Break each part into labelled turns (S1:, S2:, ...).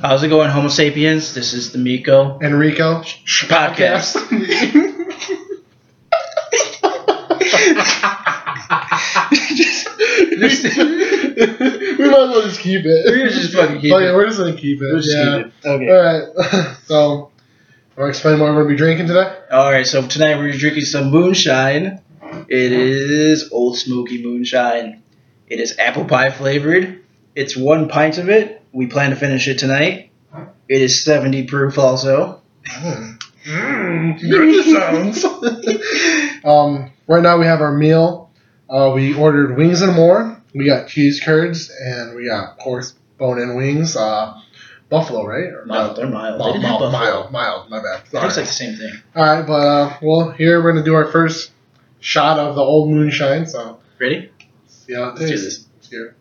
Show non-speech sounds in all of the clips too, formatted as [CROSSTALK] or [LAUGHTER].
S1: How's it going, Homo sapiens? This is the Miko
S2: Enrico.
S1: Sh-
S2: [LAUGHS]
S1: podcast.
S2: Just- we might as well just keep it.
S1: We're just fucking keep
S2: Okay,
S1: it.
S2: we're just gonna keep it.
S1: We'll just
S2: yeah.
S1: keep it. Okay.
S2: All right. [LAUGHS] so, want to explain what we're gonna be drinking today?
S1: All right. So tonight we're drinking some moonshine. It is Old Smoky moonshine. It is apple pie flavored. It's one pint of it. We plan to finish it tonight. It is 70 proof also. Mm.
S2: Mmm. [LAUGHS] um. Right now we have our meal. Uh, we ordered wings and more. We got cheese curds and we got pork bone-in wings. Uh, buffalo, right? Or
S1: [LAUGHS] Mild. They're mild. They
S2: Mild,
S1: didn't have
S2: mild,
S1: buffalo.
S2: mild, mild, my bad.
S1: It looks
S2: Sorry.
S1: like the same thing.
S2: All right, but uh, well, here we're gonna do our first shot of the old moonshine. So
S1: Ready?
S2: yeah,
S1: Let's do this.
S2: Let's do it.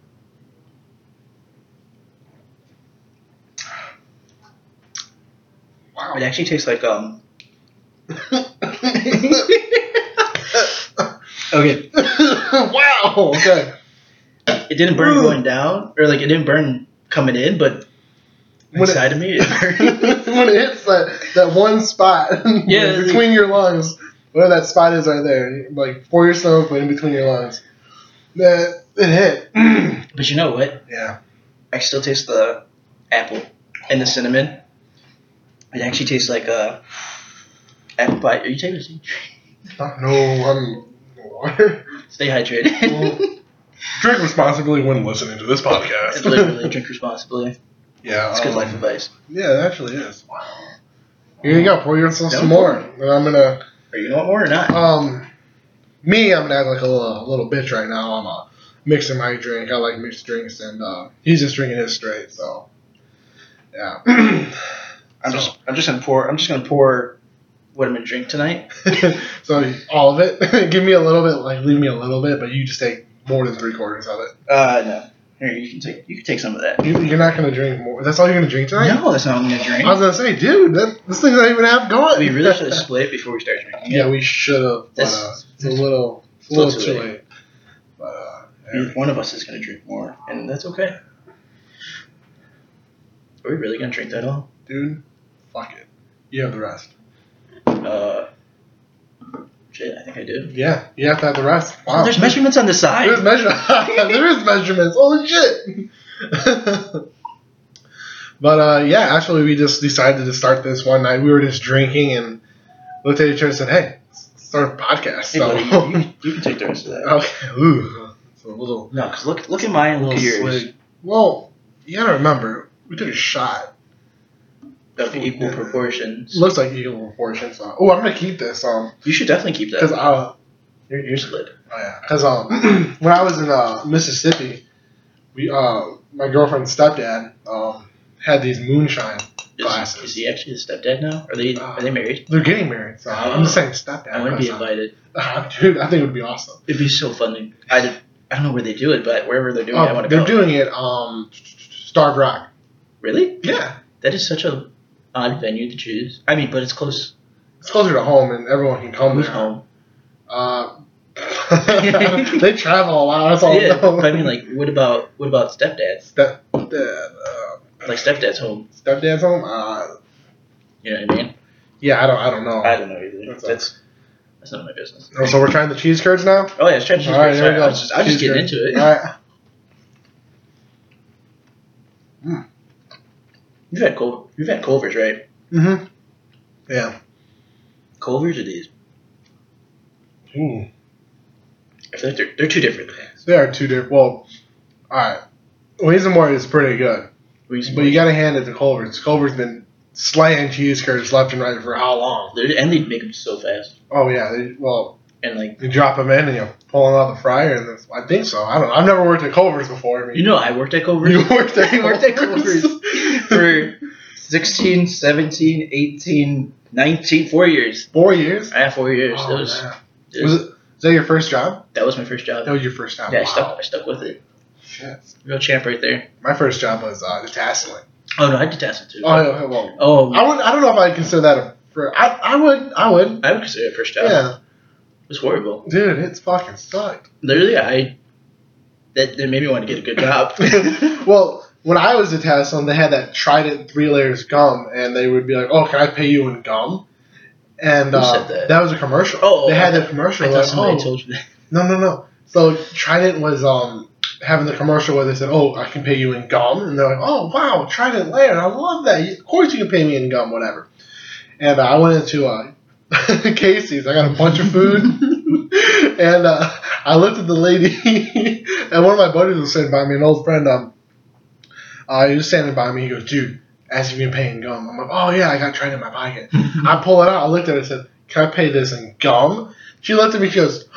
S2: Wow.
S1: It actually tastes like um. Okay.
S2: [LAUGHS] wow. Okay.
S1: It didn't burn
S2: Ooh.
S1: going down, or like it didn't burn coming in, but
S2: When it-
S1: inside of me it burned.
S2: [LAUGHS]
S1: [LAUGHS]
S2: when it hits that, that one spot [LAUGHS]
S1: Yeah, it's-
S2: between your lungs, whatever that spot is right there, like for your stomach, but in between your lungs, that it hit. [CLEARS THROAT]
S1: but you know what?
S2: Yeah.
S1: I still taste the apple and the cinnamon. It actually tastes like a apple pie. Are you taking a seat?
S2: No, I'm.
S1: Stay [LAUGHS] hydrated.
S2: [LAUGHS] Drink responsibly when listening to this podcast.
S1: and literally drink responsibly.
S2: [LAUGHS] yeah,
S1: It's good
S2: um,
S1: life advice.
S2: Yeah, it actually is. Wow. Here you go. Pour yourself
S1: Don't
S2: some
S1: pour
S2: more. And I'm gonna,
S1: Are you gonna want more or not?
S2: um, me, I'm gonna act like a little, little bitch right now. I'm uh, mixing my drink. I like mixed drinks, and uh, he's just drinking his straight. So, yeah. [LAUGHS]
S1: I'm just I'm just gonna pour I'm just gonna pour what I'm gonna drink tonight.
S2: so all of it. [LAUGHS] Give me a little bit. Like leave me a little bit, but you just take more than three quarters of it.
S1: Uh no. Here you can take you can take some of that.
S2: You, you're not gonna drink more. That's all you're gonna drink tonight.
S1: No, that's not what I'm gonna
S2: I
S1: drink.
S2: was gonna say, dude, that, this thing's not even half
S1: [LAUGHS]
S2: gone.
S1: We really
S2: [LAUGHS]
S1: should have split before we start drinking.
S2: Yeah, we should have. But, uh,
S1: That's-
S2: it's a little, it's a
S1: Still
S2: little
S1: too
S2: too
S1: late.
S2: late. But, uh, yeah.
S1: it. One of us is gonna drink more, and that's okay. Are we really gonna drink that all?
S2: dude, fuck it. You have the rest.
S1: Uh, shit, I think I did.
S2: Yeah, you have to have the rest.
S1: Oh,
S2: Wow.
S1: there's measurements on the
S2: There's
S1: side.
S2: measurements. [LAUGHS] there is measurements. Holy shit. [LAUGHS] but uh, yeah, actually, we just decided to start this one night. We were just drinking and looked at each other and said, "Hey, let's start a podcast."
S1: Hey,
S2: So,
S1: buddy, you, you, you can take the rest of that.
S2: [LAUGHS] okay. Ooh, it's a little
S1: No, because look, look at mine and look at yours.
S2: Swig. Well, you gotta remember, we took a shot.
S1: Of equal proportions.
S2: looks like equal proportions. So. Oh, I'm gonna keep this. Um,
S1: You should definitely keep
S2: cause
S1: that.
S2: uh,
S1: Your ears lit.
S2: oh yeah, cause um, [CLEARS THROAT] when I was in uh Mississippi, we uh my girlfriend's stepdad um had these moonshine.
S1: Is,
S2: Glasses.
S1: is he actually the stepdad now? Are they Are they married?
S2: They're getting married, so I'm just saying stepdad.
S1: I want to be
S2: [LAUGHS] because,
S1: invited.
S2: uh, dude, I think it would be awesome.
S1: It'd be so fun. To, I did- I don't know where they do it, but wherever they're doing it, I
S2: Um,
S1: want to
S2: they're
S1: go.
S2: doing it um Starved Rock.
S1: really?
S2: Yeah,
S1: That is such a odd venue to choose. I mean, but it's close. Um,
S2: it's closer to home, and everyone can come.
S1: Who's
S2: there. [LAUGHS]
S1: home?
S2: Uh, [LAUGHS] they travel a lot. That's all. I
S1: yeah,
S2: know.
S1: but I mean,
S2: [LAUGHS]
S1: like, what about what about stepdads?
S2: Step, dad, uh,
S1: Like stepdad's home.
S2: stepdad's home. Uh,
S1: You know what I mean?
S2: yeah, I don't, I don't know.
S1: I don't know either.
S2: Oh. That's-
S1: That's that's none of my business.
S2: Oh, so we're trying the cheese curds now.
S1: Oh yeah, it's cheddar cheese.
S2: All right,
S1: curds.
S2: there
S1: Sorry,
S2: we go.
S1: I was just, I was just
S2: Cheese
S1: getting
S2: curds.
S1: into it.
S2: All right. Mm.
S1: You've had Col- you've had Culver's, right?
S2: Mhm. Yeah.
S1: Culver's or these? Hmm.
S2: Ooh.
S1: I feel like they're they're two different things.
S2: They are two different. Well, all right. Wings and more is pretty good,
S1: We
S2: but you got to hand it to Culver's. Culver's been slaying cheese curds left and right for how long?
S1: They're- and they make them so fast.
S2: Oh yeah. They, well,
S1: And like
S2: you drop them in and you pull them out the fryer, and it's- I think so. I don't. know. I've never worked at Culver's before. I mean,
S1: you know, I worked at Culver's.
S2: You worked at
S1: [LAUGHS] I worked at
S2: Culver's. [LAUGHS]
S1: for 16, 17, 18, 19, four years.
S2: four years.
S1: I had four years.
S2: Oh,
S1: That was,
S2: man.
S1: it
S2: Was
S1: was-
S2: it? Is that your first job?
S1: that was my first job.
S2: That was your first job.
S1: yeah, I
S2: Wow.
S1: stuck I stuck with it.
S2: Shit.
S1: Real champ right there.
S2: My first job was uh, the tasseling.
S1: Oh no, I did tassel too.
S2: Oh, yeah, well,
S1: Oh,
S2: I would. I don't know if I consider that a. For, I I would. I would.
S1: I would consider it a first job.
S2: Yeah,
S1: It was horrible.
S2: dude,
S1: [LAUGHS]
S2: it's fucking sucked. [LAUGHS] [LAUGHS]
S1: Literally, I that, that made me want to get a good job. [LAUGHS]
S2: well, when I was at Tasson, they had that Trident three layers gum, and they would be like, "Oh, can I pay you in gum?" And
S1: Who
S2: uh,
S1: said that?
S2: was a commercial.
S1: Oh,
S2: they had
S1: I-
S2: that commercial.
S1: I
S2: like,
S1: thought somebody
S2: "Oh,
S1: told you that.
S2: no, no, no. So Trident was um having the commercial where they said, "Oh, I can pay you in gum," and they're like, "Oh, wow, Trident Laird, I love that. Of course you can pay me in gum, whatever." And uh, I went into uh, [LAUGHS] Casey's. I got a bunch of food, and uh, I looked at the lady, [LAUGHS] and one of my buddies was standing by me, an old friend. Um, uh, he was standing by me. He goes, "Dude, ask if you can pay in gum." I'm like, "Oh yeah, I got Trident in my pocket." I pull it out. I looked at it and said, Can I pay this in gum? She looked at me. She goes,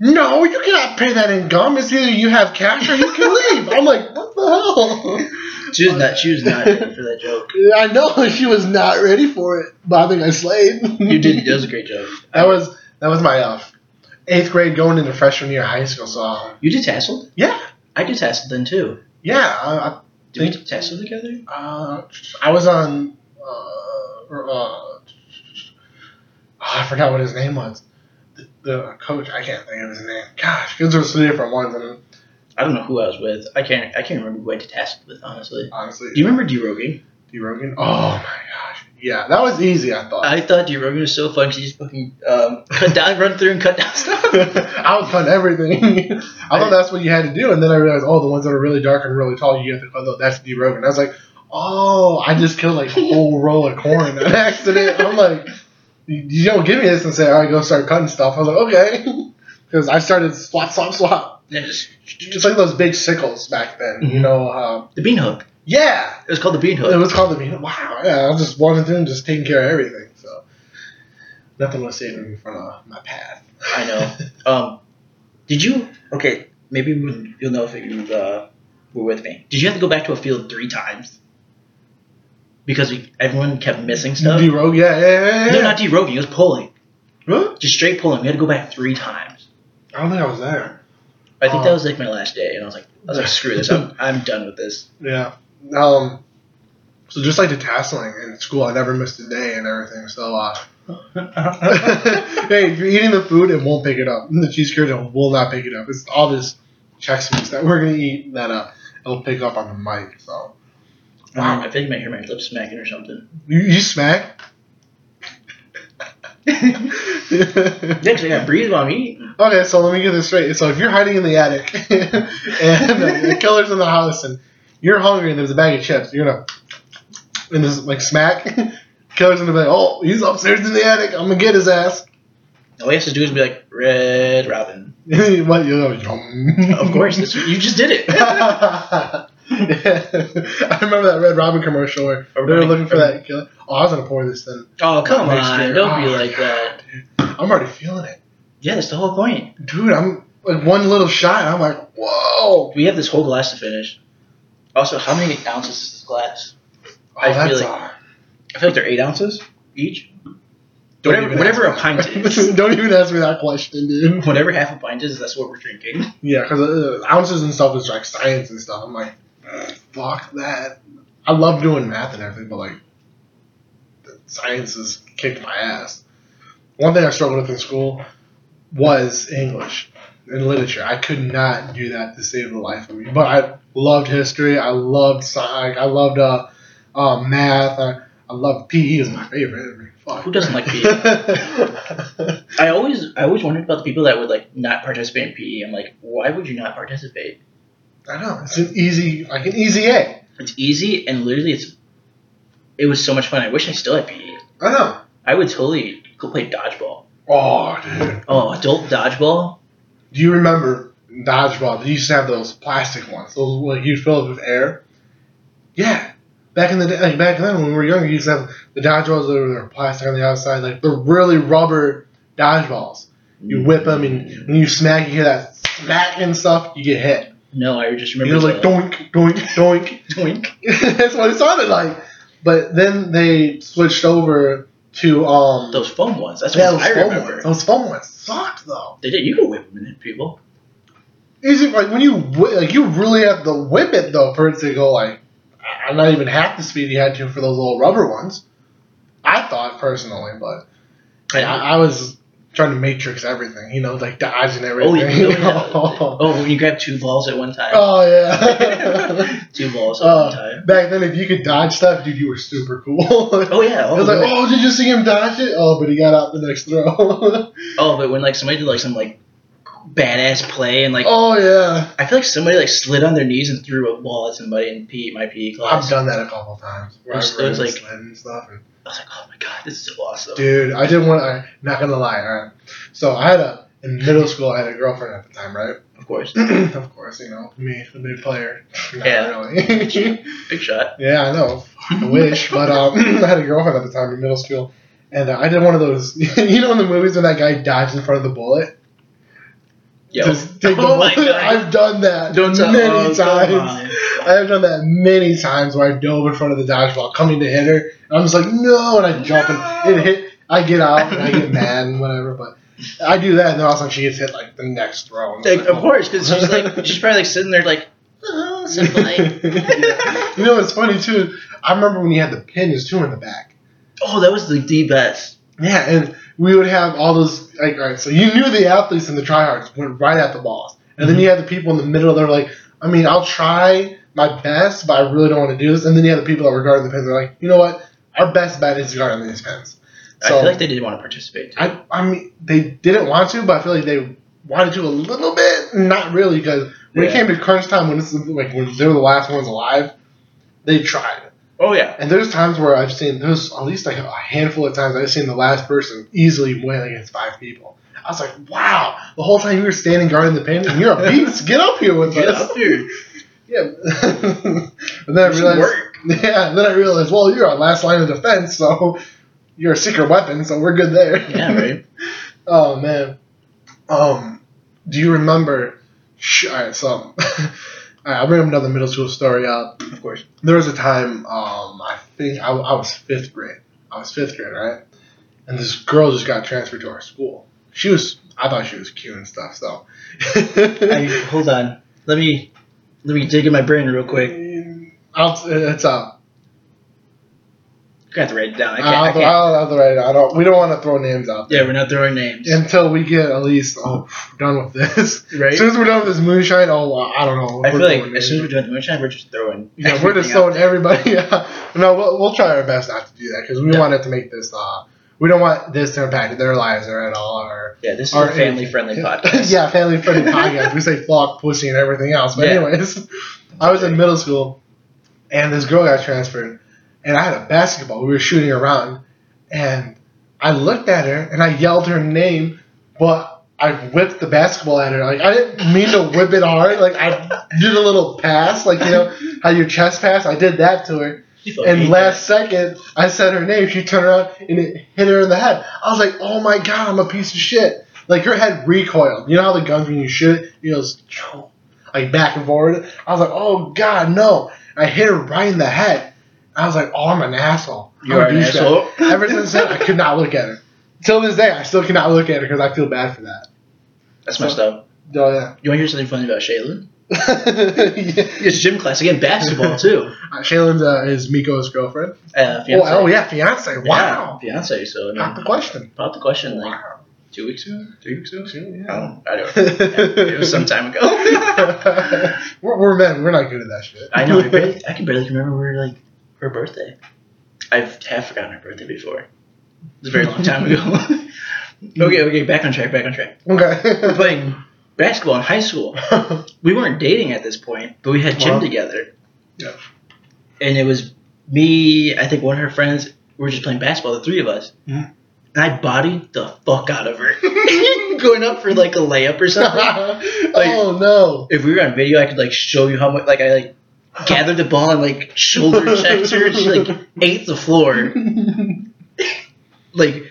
S2: No, you cannot pay that in gum. It's either you have cash or you can leave. I'm like, What the hell?
S1: [LAUGHS] She was not. She was not ready for that joke.
S2: I know [LAUGHS] she was not ready for it, but I think I slayed.
S1: You did. That was a great joke.
S2: [LAUGHS] That was that was my uh, eighth grade going into freshman year of high school. So uh,
S1: You did Tassled.
S2: yeah,
S1: I did Tassled then too.
S2: yeah. I,
S1: Did we do Tassled together?
S2: I, uh, I was on. Uh, or, uh, I forgot what his name was. The, the coach, I can't think of his name. Gosh, because there's three different ones, and
S1: I don't know who I was with. I can't. I can't remember who I did Tassled with. Honestly,
S2: honestly,
S1: do you remember D Rogan?
S2: D. Rogan. Oh my gosh, yeah, that was easy. I thought.
S1: I thought D Rogan was so fun. 'cause He just fucking um, [LAUGHS] cut down, run through, and cut down [LAUGHS]
S2: [LAUGHS]
S1: stuff.
S2: I was cutting everything. [LAUGHS] I thought that's what you had to do, and then I realized, oh, the ones that are really dark and really tall, you have to cut those. That's D. Rogan. I was like, oh, I just killed like a whole roll of corn in an accident. I'm like, you- you don't give me this and say, all right, go start cutting stuff. I was like, okay, [LAUGHS] because I started swap, swap, swap.
S1: Yeah, just-
S2: It's like those big sickles back then,
S1: Mm-hmm.
S2: you know? Um,
S1: the bean hook.
S2: yeah,
S1: It was called the bean hook.
S2: it was called the meeting. Wow, yeah, I was just walking through and just taking care of everything. So nothing was saving me from uh, my path.
S1: I
S2: [LAUGHS]
S1: know. Um, did you? Okay, maybe you- you'll know if you uh, were with me. Did you have to go back to a field three times? Because we, everyone kept missing stuff.
S2: D Rogue, yeah, yeah, yeah, yeah.
S1: No, not deroguing. It was pulling,
S2: Really?
S1: just straight pulling. We had to go back three times.
S2: I don't think I was there.
S1: I think
S2: Oh.
S1: that was like my last day, and I was like, I was like, screw this. I'm, I'm done with [LAUGHS] this.
S2: Yeah. Um. So just like the tasseling in school, I never missed a day and everything. So, uh, [LAUGHS] hey, if you're eating the food, it won't pick it up. The cheese curd it will not pick it up. It's all this checks mix that we're gonna eat that uh, it'll pick up on the mic. So,
S1: Wow. I think I might hear my lips smacking or something.
S2: you,
S1: [LAUGHS]
S2: you smack. [LAUGHS]
S1: Next, I got breathe while I'm eating.
S2: Okay, so let me get this straight. So if you're hiding in the attic [LAUGHS] and the killer's in the house and you're hungry and there's a bag of chips, you're gonna and this like smack. [LAUGHS] Killer's gonna be like, oh, he's upstairs in the attic. I'm gonna get his ass. [LAUGHS]
S1: All he has to do is be like Red Robin.
S2: what you know? Yum. [LAUGHS]
S1: Of course, [LAUGHS] this, you just did it.
S2: Yeah. I remember that Red Robin commercial where they were
S1: Everybody-
S2: looking for that killer. Oh, I was gonna pour this then.
S1: Oh come
S2: Next
S1: on!
S2: year.
S1: Don't be
S2: Oh,
S1: like that.
S2: I'm already feeling it,
S1: Yeah, that's the whole point.
S2: dude. I'm like one little shot. I'm like, whoa.
S1: We have this whole glass to finish. Also, how many ounces is this glass?
S2: Oh,
S1: I
S2: that's
S1: feel it.
S2: hard.
S1: I feel like they're eight ounces each.
S2: Don't
S1: Whatever-
S2: even
S1: whatever
S2: ask
S1: a
S2: me [LAUGHS]
S1: pint
S2: that.
S1: is.
S2: Don't even ask me that question, dude.
S1: Whatever half a pint is, that's what we're drinking.
S2: Yeah, because uh, ounces and stuff is like science and stuff. I'm like, fuck that. I love doing math and everything, but like, the science has kicked my ass. One thing I struggled with in school was English and literature. I could not do that to save the life of me. But I loved history. I loved science. I loved uh, uh, math. I, I loved PE is my favorite. I mean, fuck.
S1: Who doesn't like E?
S2: [LAUGHS] PE?
S1: I always, I always wondered about the people that would like not participate in PE. I'm like, why would you not participate?
S2: I know it's an easy, like an easy A.
S1: It's easy and literally, it's. It was so much fun. I wish I still had PE.
S2: I know.
S1: I would totally go play dodgeball.
S2: Oh, dude.
S1: Oh, adult dodgeball.
S2: Do you remember dodgeball? They used to have those plastic ones. Those like you fill it with air. Yeah. Back in the day, like back then when we were younger, you used to have the dodgeballs that were plastic on the outside, like the really rubber dodgeballs. You
S1: Mm.
S2: whip them, and when you smack, you hear that smack and stuff. You get hit.
S1: No, I just remember.
S2: You're like
S1: the-
S2: doink, doink, doink. [LAUGHS]
S1: Doink.
S2: That's what it sounded like. But then they switched over to um
S1: Those foam ones. That's
S2: Yeah,
S1: what I
S2: those foam
S1: remember.
S2: ones. Those foam ones sucked though.
S1: They did. You can whip them in people.
S2: Is it like when you whi- like you really have to whip it though for it to go like I- I'm not even half the speed you had to for those little rubber ones. I thought personally, but I, I was trying to matrix everything. You know, like dodging everything.
S1: Oh, yeah.
S2: you
S1: Oh,
S2: know?
S1: Oh, when you grab two balls at one time.
S2: [LAUGHS] Oh, yeah.
S1: [LAUGHS] two balls at
S2: [LAUGHS] Uh,
S1: one time.
S2: Back then, if you could dodge stuff, dude, you were super cool. [LAUGHS]
S1: Oh yeah.
S2: I
S1: Oh,
S2: was like,
S1: really?
S2: oh, did you see him dodge it? Oh, but he got out the next throw. [LAUGHS]
S1: Oh, but when like somebody did like some like badass play and like
S2: oh, yeah.
S1: I feel like somebody like slid on their knees and threw a ball at somebody in P my PE
S2: I've
S1: class.
S2: done that a couple times. Where
S1: It's-
S2: I've run
S1: it's
S2: and
S1: like-
S2: slid and stuff. and-
S1: I was like, oh my god, this is so awesome.
S2: dude, I didn't want to, not going to lie. All right. So I had a, in middle school, I had a girlfriend at the time, right? [CLEARS THROAT]
S1: Of course,
S2: of course, you know, me, the big player. Not
S1: Yeah.
S2: really. [LAUGHS]
S1: big shot.
S2: yeah, I know. I wish, but um, [CLEARS THROAT] I had a girlfriend at the time in middle school, and uh, I did one of those. [LAUGHS] You know, in the movies when that guy dives in front of the bullet,
S1: Yo. [LAUGHS]
S2: Just take the
S1: Oh my
S2: bullet.
S1: God.
S2: [LAUGHS] I've done that
S1: tell-
S2: many
S1: oh,
S2: times.
S1: come on.
S2: I have done that many times where I dove in front of the dodgeball coming to hit her. And I'm just like, no, and I jump and
S1: No.
S2: it hit. I get out and I
S1: [LAUGHS]
S2: get mad and whatever, but I do that, and then all of a sudden she gets hit like the next throw. and it's
S1: Like, of course, because she's like
S2: [LAUGHS]
S1: she's probably like sitting there like, [LAUGHS] oh, so polite.
S2: you know what's funny too? I remember when you had the pins too in the back.
S1: oh, that was the, the best.
S2: Yeah, and we would have all those like all right, so you knew the athletes and the tryhards went right at the balls. And
S1: Mhm.
S2: then you had the people in the middle that were like, I mean, I'll try my best, but I really don't want to do this. And then you had the people that were guarding the pins. They're like, you know what? Our best bet is guarding these pins.
S1: I
S2: So
S1: feel like they didn't want to participate.
S2: I, I mean, they didn't want to, but I feel like they wanted to a little bit, not really, because when it
S1: Yeah.
S2: came to crunch time, when it's like when they were the last ones alive, they tried.
S1: Oh yeah.
S2: And there's times where I've seen there's at least like a handful of times I've seen the last person easily win against five people. I was like, wow! The whole time you were standing guarding the pin, and you're a beast. Get up here
S1: [LAUGHS]
S2: with
S1: Get
S2: us.
S1: up here.
S2: Yeah. [LAUGHS] and then I
S1: Do some
S2: realized,
S1: work.
S2: [LAUGHS] yeah. And then I realized, well, you're our last line of defense, so you're a secret weapon, so we're good there. [LAUGHS]
S1: Yeah, right.
S2: Oh man. Um, do you remember? Sh- all right, so [LAUGHS] all right, I'll bring another middle school story up.
S1: Of course.
S2: There was a time, um, I think I, I was fifth grade. I was fifth grade, right? And this girl just got transferred to our school. She was, I thought she was cute and stuff. So, [LAUGHS]
S1: I, hold on. Let me let me dig in my brain real quick.
S2: I'll, it's uh,
S1: I'm gonna have to write it down. I
S2: I
S1: can't. I
S2: will
S1: can't.
S2: Uh, I'll, I'll, I'll, I don't. We don't want to throw names out
S1: yeah, we're not throwing names.
S2: until we get at least oh, done with this.
S1: right.
S2: As soon as we're done with this moonshine, oh, wow, I don't know.
S1: I feel
S2: We're
S1: like
S2: going
S1: as soon as
S2: in.
S1: we're doing the moonshine, we're just throwing.
S2: yeah, we're
S1: everything
S2: just
S1: out.
S2: throwing everybody. [LAUGHS] Yeah, no, we'll, we'll try our best not to do that because we
S1: Yeah.
S2: wanted to make this. Uh, we don't want this to impact their lives or at all. Or
S1: Yeah, this is
S2: Our
S1: a family-friendly podcast. [LAUGHS]
S2: [LAUGHS] yeah, family friendly podcast. We say fuck, pussy, and everything else. But
S1: Yeah.
S2: anyways, I was in middle school, and this girl got transferred, and I had a basketball. We were shooting around, and I looked at her and I yelled her name, but. I whipped the basketball at her. Like I didn't mean to whip it hard. Like I did a little pass, like you know how you chest pass. I did that to her,
S1: You fucking hate
S2: and last second, I said her name. She turned around and it hit her in the head. I was like, "Oh my god, I'm a piece of shit!" Like her head recoiled. You know how the guns when you shoot it, it goes chomp, like back and forward. I was like, "Oh god, no!" I hit her right in the head. I was like, "Oh, I'm an asshole."
S1: that.
S2: I'm
S1: you
S2: a
S1: are an
S2: douchebag."
S1: asshole.
S2: [LAUGHS] Ever since then, I could not look at her. Till this day, I still cannot look at her because I feel bad for that.
S1: That's messed up.
S2: Oh yeah.
S1: You want to hear something funny about Shaylin?
S2: [LAUGHS] yeah.
S1: It's gym class again, basketball
S2: [LAUGHS]
S1: too.
S2: Shaylin's uh, is Miko's girlfriend.
S1: Uh, fiance.
S2: Oh, oh yeah, fiance. Wow.
S1: Yeah, fiance. So I mean,
S2: Not the question.
S1: popped the question like
S2: Wow.
S1: two weeks ago, three weeks ago. I
S2: Yeah.
S1: don't, I don't. It was some time [LAUGHS] ago.
S2: we're, [LAUGHS] we're men. We're not good at that shit.
S1: I know. I, barely, I can barely remember her like her birthday. I've half forgotten her birthday before. It was a very long time ago. [LAUGHS] okay, okay, back on track, back on track. We
S2: [LAUGHS]
S1: were
S2: okay.
S1: playing basketball in high school. We weren't dating at this point, but we had gym
S2: Wow.
S1: together.
S2: Yeah.
S1: And it was me, I think one of her friends. We were just playing basketball, the three of us.
S2: Mhm.
S1: And I bodied the fuck out of her, [LAUGHS] going up for like a layup or something.
S2: [LAUGHS] oh no.
S1: if we were on video, I could like show you how much like I like gathered the ball and like shoulder checked her. She
S2: [LAUGHS]
S1: like ate the floor. Like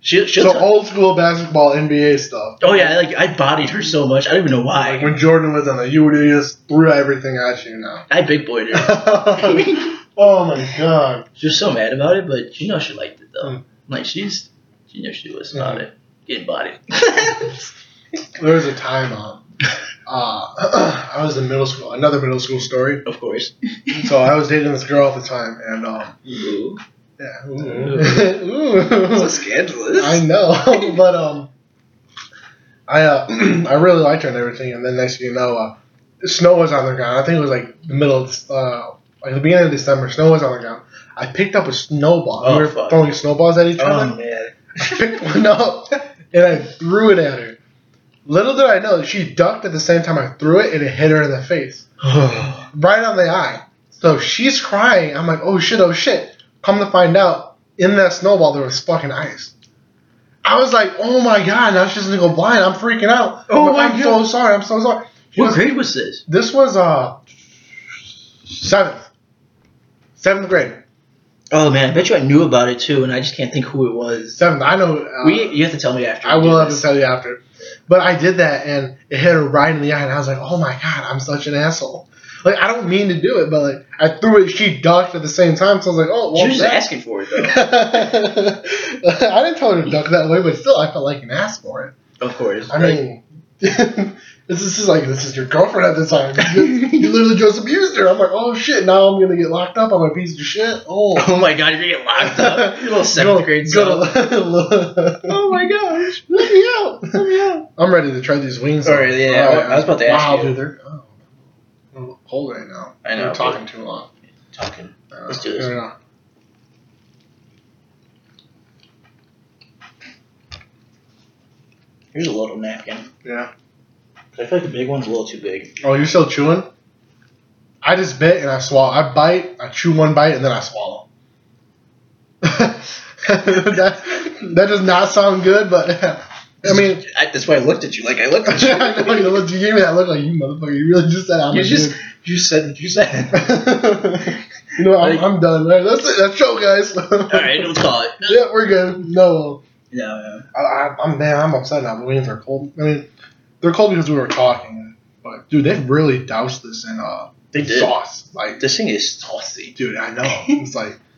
S1: she she'll
S2: so
S1: tell-
S2: old school basketball NBA stuff.
S1: oh yeah, I, like I bodied her so much. I don't even know
S2: Like
S1: why.
S2: when Jordan was on the, you would just threw everything at
S1: [LAUGHS]
S2: you now.
S1: I big boyed her.
S2: [LAUGHS] oh my god.
S1: she was so mad about it, but you know she liked it though.
S2: Mm.
S1: Like she's she knew she was about
S2: Mhm.
S1: it. Getting bodied.
S2: There was a time um, uh, [CLEARS THROAT] I was in middle school. Another middle school story.
S1: [LAUGHS] of course.
S2: So I was dating this girl at the time, and um,
S1: Ooh.
S2: yeah,
S1: Ooh.
S2: [LAUGHS] ooh.
S1: scandalous.
S2: I know, [LAUGHS] but um, I uh, [CLEARS THROAT] I really liked her and everything, and then next thing you know, uh, snow was on the ground. I think it was like the middle, of, uh, like the beginning of December. Snow was on the ground. I picked up a snowball.
S1: Oh,
S2: we were
S1: fuck.
S2: throwing snowballs at each other. [LAUGHS]
S1: Oh man.
S2: I picked one up and I threw it at her. Little did I know, she ducked at the same time I threw it and it hit her in the face, right on the eye. So she's crying. I'm like, oh shit, oh shit. Come to find out, in that snowball there was fucking ice. I was like, oh my god, now she's gonna go blind. I'm freaking out.
S1: Oh
S2: I'm, like,
S1: my
S2: I'm
S1: God.
S2: so sorry. I'm so sorry.
S1: [SIGHS]
S2: She
S1: what
S2: was-
S1: grade was this?
S2: this was uh seventh, seventh grade,
S1: Oh man, I bet you I knew about it too, and I just can't think who it was.
S2: seventh. I know. Uh,
S1: we you have to tell me after.
S2: I
S1: we do
S2: will have to
S1: this.
S2: tell you after. But I did that and it hit her right in the eye, and I was like, oh my god, I'm such an asshole. Like, I don't mean to do it, but like, I threw it, she ducked at the same time, so I was like, oh,
S1: She
S2: well,
S1: was just
S2: that-
S1: asking for it though.
S2: [LAUGHS] I didn't tell her to duck that way, but still, I felt like an ass for it.
S1: of course.
S2: I mean, [LAUGHS] this is just like, this is your girlfriend at the time. [LAUGHS] You, just- you literally just abused her. I'm like, oh shit, now I'm gonna get locked up. I'm a piece of shit. Oh. [LAUGHS]
S1: Oh my god, you're getting locked up. You little seventh
S2: Go-
S1: grade
S2: go-
S1: son. [LAUGHS]
S2: [LAUGHS]
S1: Oh my gosh.
S2: Let me out! Let me out! I'm ready to try these wings.
S1: Alright, yeah, I- I was about to ask
S2: wow,
S1: you.
S2: dude, they're oh, a little cold right now.
S1: I know,
S2: We're talking too long.
S1: Talking.
S2: Uh,
S1: Let's do this.
S2: here we are.
S1: Here's a little napkin.
S2: Yeah.
S1: I feel like the big one's a little too big.
S2: Oh, you're still chewing? I just bit and I swallow. I bite, I chew one bite, and then I swallow. [LAUGHS] that, that does not sound good, but [LAUGHS] I mean, [LAUGHS]
S1: I, that's why I looked at you. Like I looked at you.
S2: I know you, look- you gave me that look like you motherfucker. You really just said I'm
S1: you
S2: a
S1: just
S2: dude."
S1: you said what you
S2: [LAUGHS]
S1: said.
S2: you know, I'm,
S1: Like-
S2: I'm done. Right? That's it. That's show, guys. [LAUGHS]
S1: All right, we'll call it.
S2: yeah, we're good. No,
S1: No, no.
S2: I, I, I'm man, I'm upset now. The wings are cold. I mean, they're cold because we were talking. But dude, they've really doused this in uh
S1: They did.
S2: sauce. Like,
S1: This thing is saucy.
S2: dude, I know. It's like, [LAUGHS]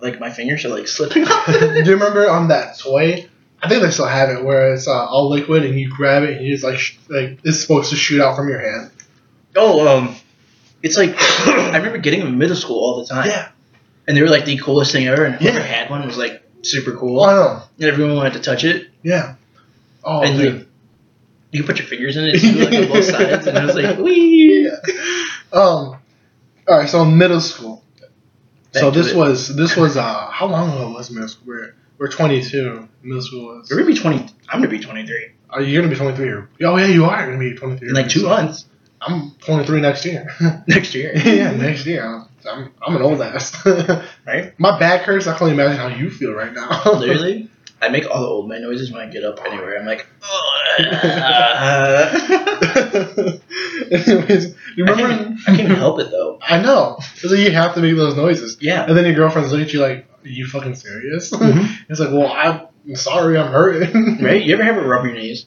S1: Like my fingers are like
S2: do [LAUGHS]
S1: slipping off.
S2: you remember on that toy? I think they still have it where it's uh, all liquid and you grab it and you just like sh- like it's supposed to shoot out from your hand.
S1: oh, um, it's like I remember getting them in middle school all the time. And they were like the coolest thing ever. And whoever
S2: Yeah.
S1: had one was like super
S2: Well,
S1: cool.
S2: I know.
S1: And everyone wanted to touch it.
S2: Yeah. Oh,
S1: and
S2: dude.
S1: like you could put your fingers in it, too, like on both sides, and it was
S2: [LAUGHS]
S1: like, wee.
S2: Um, all right. So middle school.
S1: Back
S2: so
S1: to
S2: this
S1: it.
S2: was this was uh how long ago was middle school? We're we're 22. Middle school was.
S1: You're gonna be twenty. I'm gonna be twenty three
S2: Are you gonna be 23? Or, oh yeah, you are gonna be 23.
S1: in like two months
S2: I'm 23 next year. [LAUGHS]
S1: next year.
S2: yeah, next year. I'm I'm, I'm an old ass. [LAUGHS]
S1: Right?
S2: My back hurts. I can't imagine how you feel right now.
S1: [LAUGHS] Literally, I make all the old man noises when I get up anywhere. I'm like,
S2: [LAUGHS] Anyways, you
S1: I
S2: remember?
S1: can't, [LAUGHS] I can't help it though.
S2: I know. So you have to make those noises.
S1: Yeah.
S2: And then your girlfriend's looking at you like, Are you fucking serious?
S1: Mhm.
S2: [LAUGHS] It's like, Well, I'm sorry, I'm hurting.
S1: Right? You ever have it rub your knees?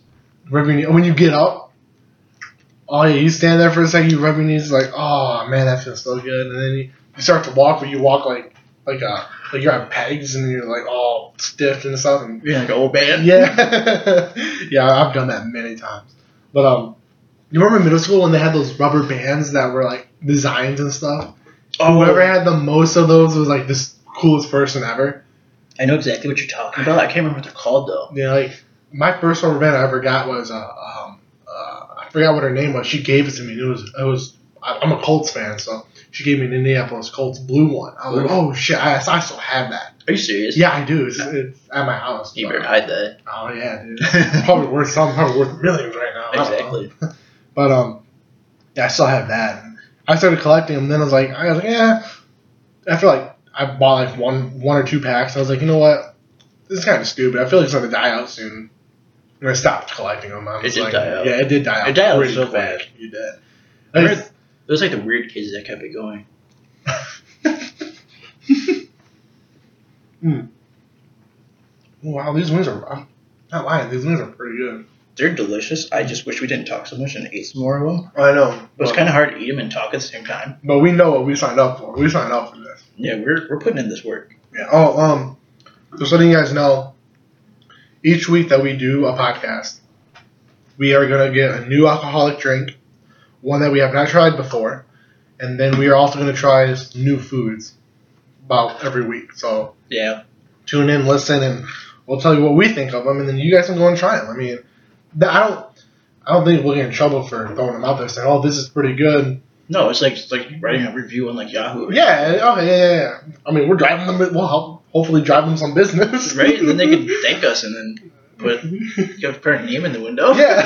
S2: Rub your knee- When you get up, oh yeah, you stand there for a second, you rub your knees, like, Oh man, that feels so good. And then you, you start to walk, but you walk like like uh like you're on pegs and you're like all stiff and stuff. And
S1: You're like old man.
S2: [LAUGHS] yeah, yeah, I've done that many times. But um, you remember middle school when they had those rubber bands that were like designs and stuff?
S1: Oh,
S2: Whoever had the most of those was like this coolest person ever.
S1: I know exactly what you're talking about. I can't remember what they're called though.
S2: Yeah, like my first rubber band I ever got was uh, um, uh, I forgot what her name was. She gave it to me. and It was it was I, I'm a Colts fan, so she gave me an Indianapolis Colts blue one. I was like, oh shit, I, I still have that.
S1: Are you serious?
S2: Yeah, I do. It's, it's at my house.
S1: You
S2: but-
S1: better hide that.
S2: oh yeah, dude. It's probably worth some. Probably worth millions right now. I
S1: Uh-huh.
S2: don't know.
S1: Exactly.
S2: But um, yeah, I still have that. I started collecting them. Then I was like, I was like, yeah. After like I bought like one one or two packs, I was like, you know what? This is kind of stupid. I feel like it's going to die out soon. And I stopped collecting them. I
S1: It
S2: was
S1: did
S2: like,
S1: die out.
S2: Yeah, it did die out.
S1: It died out
S2: pretty
S1: so
S2: quick.
S1: fast.
S2: You did.
S1: I
S2: Like,
S1: heard- It was like the weird kids that kept it going.
S2: wow, these wings are. I'm not lying. These wings are pretty good.
S1: They're delicious. I just wish we didn't talk so much and ate some more of them.
S2: I know.
S1: It was
S2: But,
S1: kind of hard to eat them and talk at the same time.
S2: but we know what we signed up for. We signed up for this.
S1: Yeah, we're, we're putting in this work.
S2: Yeah. Oh, um, just letting you guys know, each week that we do a podcast, we are gonna get a new alcoholic drink, one that we have not tried before, and then we are also gonna try new foods about every week. So
S1: Yeah.
S2: tune in, listen, and we'll tell you what we think of them, and then you guys can go and try them. I mean, that- I don't. I don't think we'll get in trouble for throwing them out there saying, "Oh, this is pretty good."
S1: No, it's like it's like writing a review on like Yahoo. or
S2: Yeah, okay, yeah, yeah. yeah. I mean, we're driving them. We'll help, hopefully drive them some business,
S1: right? And then they could thank us and then put your current name in the window.
S2: yeah,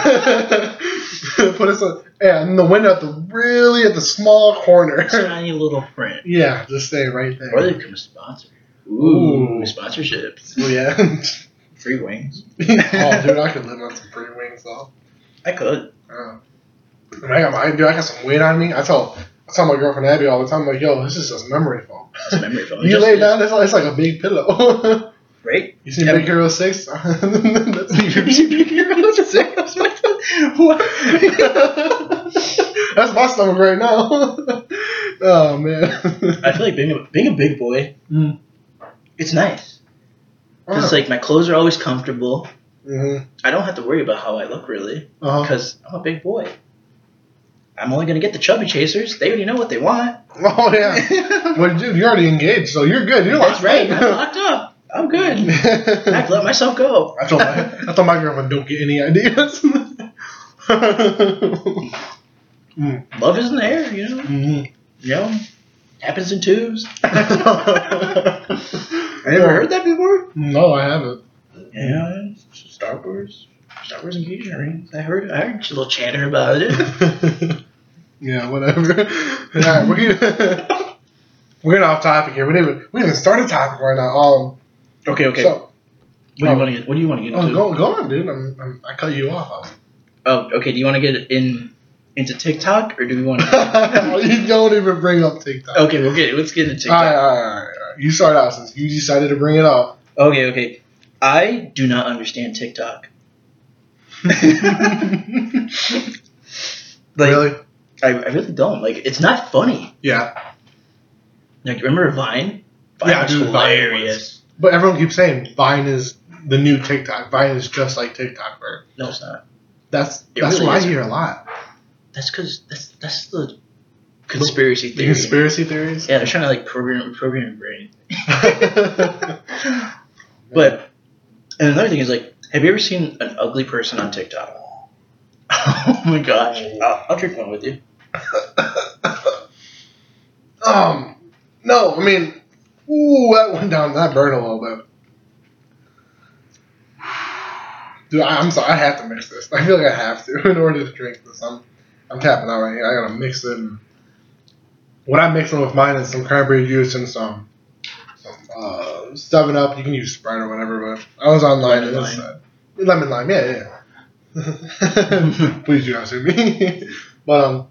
S2: [LAUGHS] put us on, yeah, in the window at the really at the small corner. [LAUGHS]
S1: Tiny little print.
S2: yeah, just stay right there.
S1: Or they become a sponsor. Ooh,
S2: Ooh.
S1: sponsorships. [LAUGHS]
S2: Oh, [LAUGHS] yeah.
S1: Free wings.
S2: oh, dude, I could live on some free wings though.
S1: I could.
S2: Uh, when I got my dude, I got some weight on me. I tell I tell my girlfriend Abby all the time, like, yo, this is just memory foam.
S1: It's a memory foam.
S2: You
S1: Oh, Just-
S2: lay down, it's like, it's like a big pillow. [LAUGHS]
S1: Right?
S2: you seen
S1: Yeah.
S2: Big Hero Six? [LAUGHS] That's
S1: Big Hero Six? [LAUGHS] What the- what?
S2: [LAUGHS] That's my stomach right now. [LAUGHS] oh man.
S1: I feel like being a, being a big boy,
S2: Mm. Oh.
S1: it's nice.
S2: [LAUGHS]
S1: Because, like, my clothes are always comfortable.
S2: hmm
S1: I don't have to worry about how I look, really,
S2: uh-huh.
S1: because I'm a big boy. I'm only going to get the chubby chasers. They already know what they want.
S2: [LAUGHS] Oh yeah.
S1: [LAUGHS]
S2: Well, dude, you're already engaged, so you're good. You're
S1: That's
S2: locked
S1: right.
S2: in.
S1: I'm locked up. I'm [LAUGHS] good.
S2: [LAUGHS]
S1: I've let myself go.
S2: I told my I told my girlfriend don't get any ideas. [LAUGHS] mm-hmm.
S1: [LAUGHS] Love is in the air, you know.
S2: [LAUGHS]
S1: You know, happens in twos.
S2: I
S1: You ever heard that before?
S2: No, I haven't. [LAUGHS]
S1: Yeah, Star Wars, Star Wars engagement rings. I heard, I heard a little chatter about
S2: [LAUGHS]
S1: it.
S2: yeah, whatever. [LAUGHS] All right, we're gonna, [LAUGHS] we're getting off topic here. We didn't even, we didn't even start a topic right now. Um,
S1: Okay, okay.
S2: so
S1: what do you want to get? What do you want to get
S2: oh,
S1: into?
S2: go, go on, dude. I'm, I'm, I cut you
S1: [LAUGHS]
S2: off. [LAUGHS]
S1: Oh, okay. Do you want to get in into TikTok or do we want
S2: [LAUGHS]
S1: to?
S2: you don't even bring up TikTok.
S1: okay, we'll get. Let's get into
S2: All right,
S1: TikTok.
S2: all right, all right, all right. You start out since you decided to bring
S1: [LAUGHS]
S2: it up.
S1: Okay, okay. I do not understand TikTok. [LAUGHS] Like,
S2: really?
S1: I, I really don't. Like, it's not funny.
S2: Yeah.
S1: Like, remember Vine? Vine
S2: Yeah,
S1: was
S2: dude, Vine was-
S1: hilarious.
S2: But everyone keeps saying Vine is the new TikTok. Vine is just like TikTok, bro.
S1: No, it's not.
S2: That's
S1: It
S2: that's
S1: really
S2: what
S1: is.
S2: I hear a lot.
S1: That's because that's that's the conspiracy
S2: The
S1: theory.
S2: conspiracy [LAUGHS] theories.
S1: yeah, they're trying to like program program your brain.
S2: Yeah.
S1: But and another thing is like, have you ever seen an ugly person on TikTok? [LAUGHS] Oh my gosh! I'll, I'll drink one with
S2: [LAUGHS]
S1: you.
S2: um, no, I mean, ooh, that went down. That burned a little bit. Dude, I, I'm sorry. I have to mix this. I feel like I have to [LAUGHS] in order to drink this. I'm, I'm tapping out right here. I gotta mix it. And what I'm mixing with mine is some cranberry juice and some, some uh, Seven Up. You can use Sprite or whatever. But I was online and
S1: Lemon
S2: it's uh, lemon lime. Yeah, yeah. [LAUGHS]
S1: [LAUGHS]
S2: Please do not sue me. [LAUGHS] but um,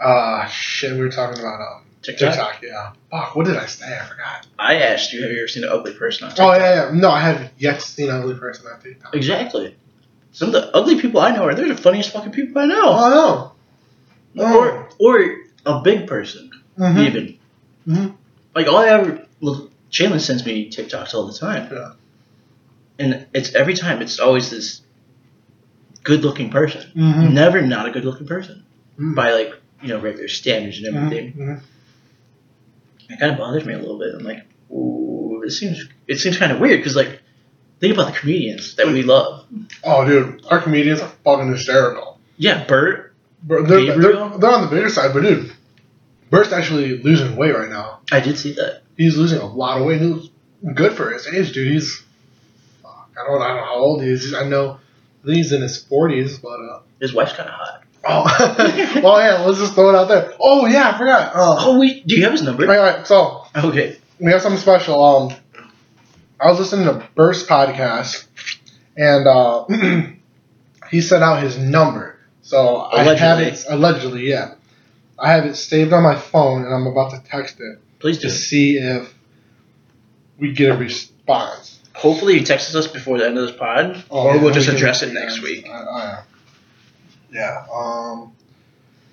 S2: uh, shit, we were talking about um
S1: TikTok.
S2: TikTok, yeah. Fuck, what did I say? I forgot.
S1: I asked you, have you ever seen an ugly person on TikTok?
S2: Oh yeah, yeah. No, I have yet to see an ugly person on TikTok.
S1: Exactly. Some of the ugly people I know are they're the funniest fucking people I know.
S2: Oh no.
S1: Or or a big person
S2: Mhm.
S1: even.
S2: Mhm.
S1: Like all I ever look, Jalen sends me TikToks all the time.
S2: Yeah.
S1: And it's every time it's always this good looking person.
S2: Mhm.
S1: Never not a good looking person.
S2: Mhm.
S1: By like, you know, regular standards and
S2: Mhm.
S1: everything.
S2: Mhm.
S1: It kind of bothers me a little bit. I'm like, ooh, it seems it seems kind of weird because like, think about the comedians that we love.
S2: Oh dude, our comedians are fucking hysterical.
S1: Yeah, Bert.
S2: Bro, they're,
S1: Gabriel?
S2: they're, they're on the bigger side, but dude, Bert's actually losing weight right now.
S1: I did see that.
S2: He's losing a lot of weight. and He's good for his age, dude. He's fuck, I don't I don't know how old he is. I know I think he's in his forties, but uh,
S1: His wife's kind of hot.
S2: oh, [LAUGHS] well yeah, let's just throw it out there. Oh yeah, I forgot. Uh,
S1: Oh, we do you have his number?
S2: right, right, so
S1: Okay.
S2: we have something special. Um, I was listening to Burst podcast, and uh, [CLEARS THROAT] he sent out his number. So I have
S1: Allegedly.
S2: it allegedly, yeah. I have it saved on my phone, and I'm about to text it
S1: Please do.
S2: to see if we get a response.
S1: Hopefully, he texts us before the end of this pod,
S2: Oh,
S1: or
S2: yeah,
S1: we'll just
S2: we can-
S1: address it next week.
S2: I, I, yeah. Um. [CLEARS THROAT]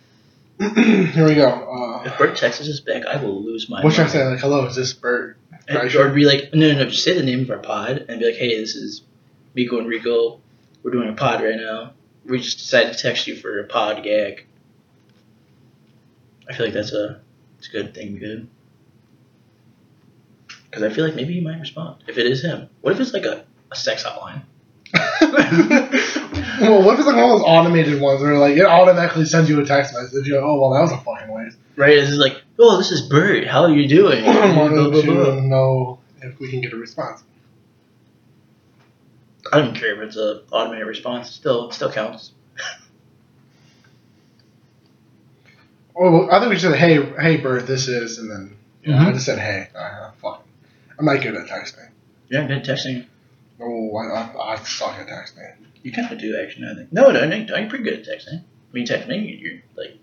S2: here we go. Uh,
S1: If Bert texts us back, I will lose my.
S2: what should I
S1: mind.
S2: say? Like, hello, is this Bert? [LAUGHS]
S1: And, or be like, no, no, no, just say the name of our pod and be like, hey, this is Miko and Rico. We're doing a pod right now. We just decided to text you for a pod gag. I feel like that's a, it's a good thing, good. Because I feel like maybe he might respond if it is him. What if it's like a, a sex hotline?
S2: well, what if it's like one of those automated ones where like it automatically sends you a text message? You go, oh well, that was a fucking waste.
S1: Right? It's just like, oh, this is Bert. How are you
S2: [COUGHS]
S1: doing?
S2: I wanted
S1: Blah, blah, blah.
S2: to know if we can get a response.
S1: I don't care if it's an automated response. Still, still counts.
S2: Oh, well, I think we said, hey, hey, Bert, this is, and then yeah, I
S1: Mhm.
S2: just said, hey, uh, fuck. I'm not good at texting.
S1: Yeah, good texting.
S2: Oh, I, I, I suck at texting.
S1: You kind of do actually. I think. No, no, no. You're pretty good at texting. When you text me, you're like,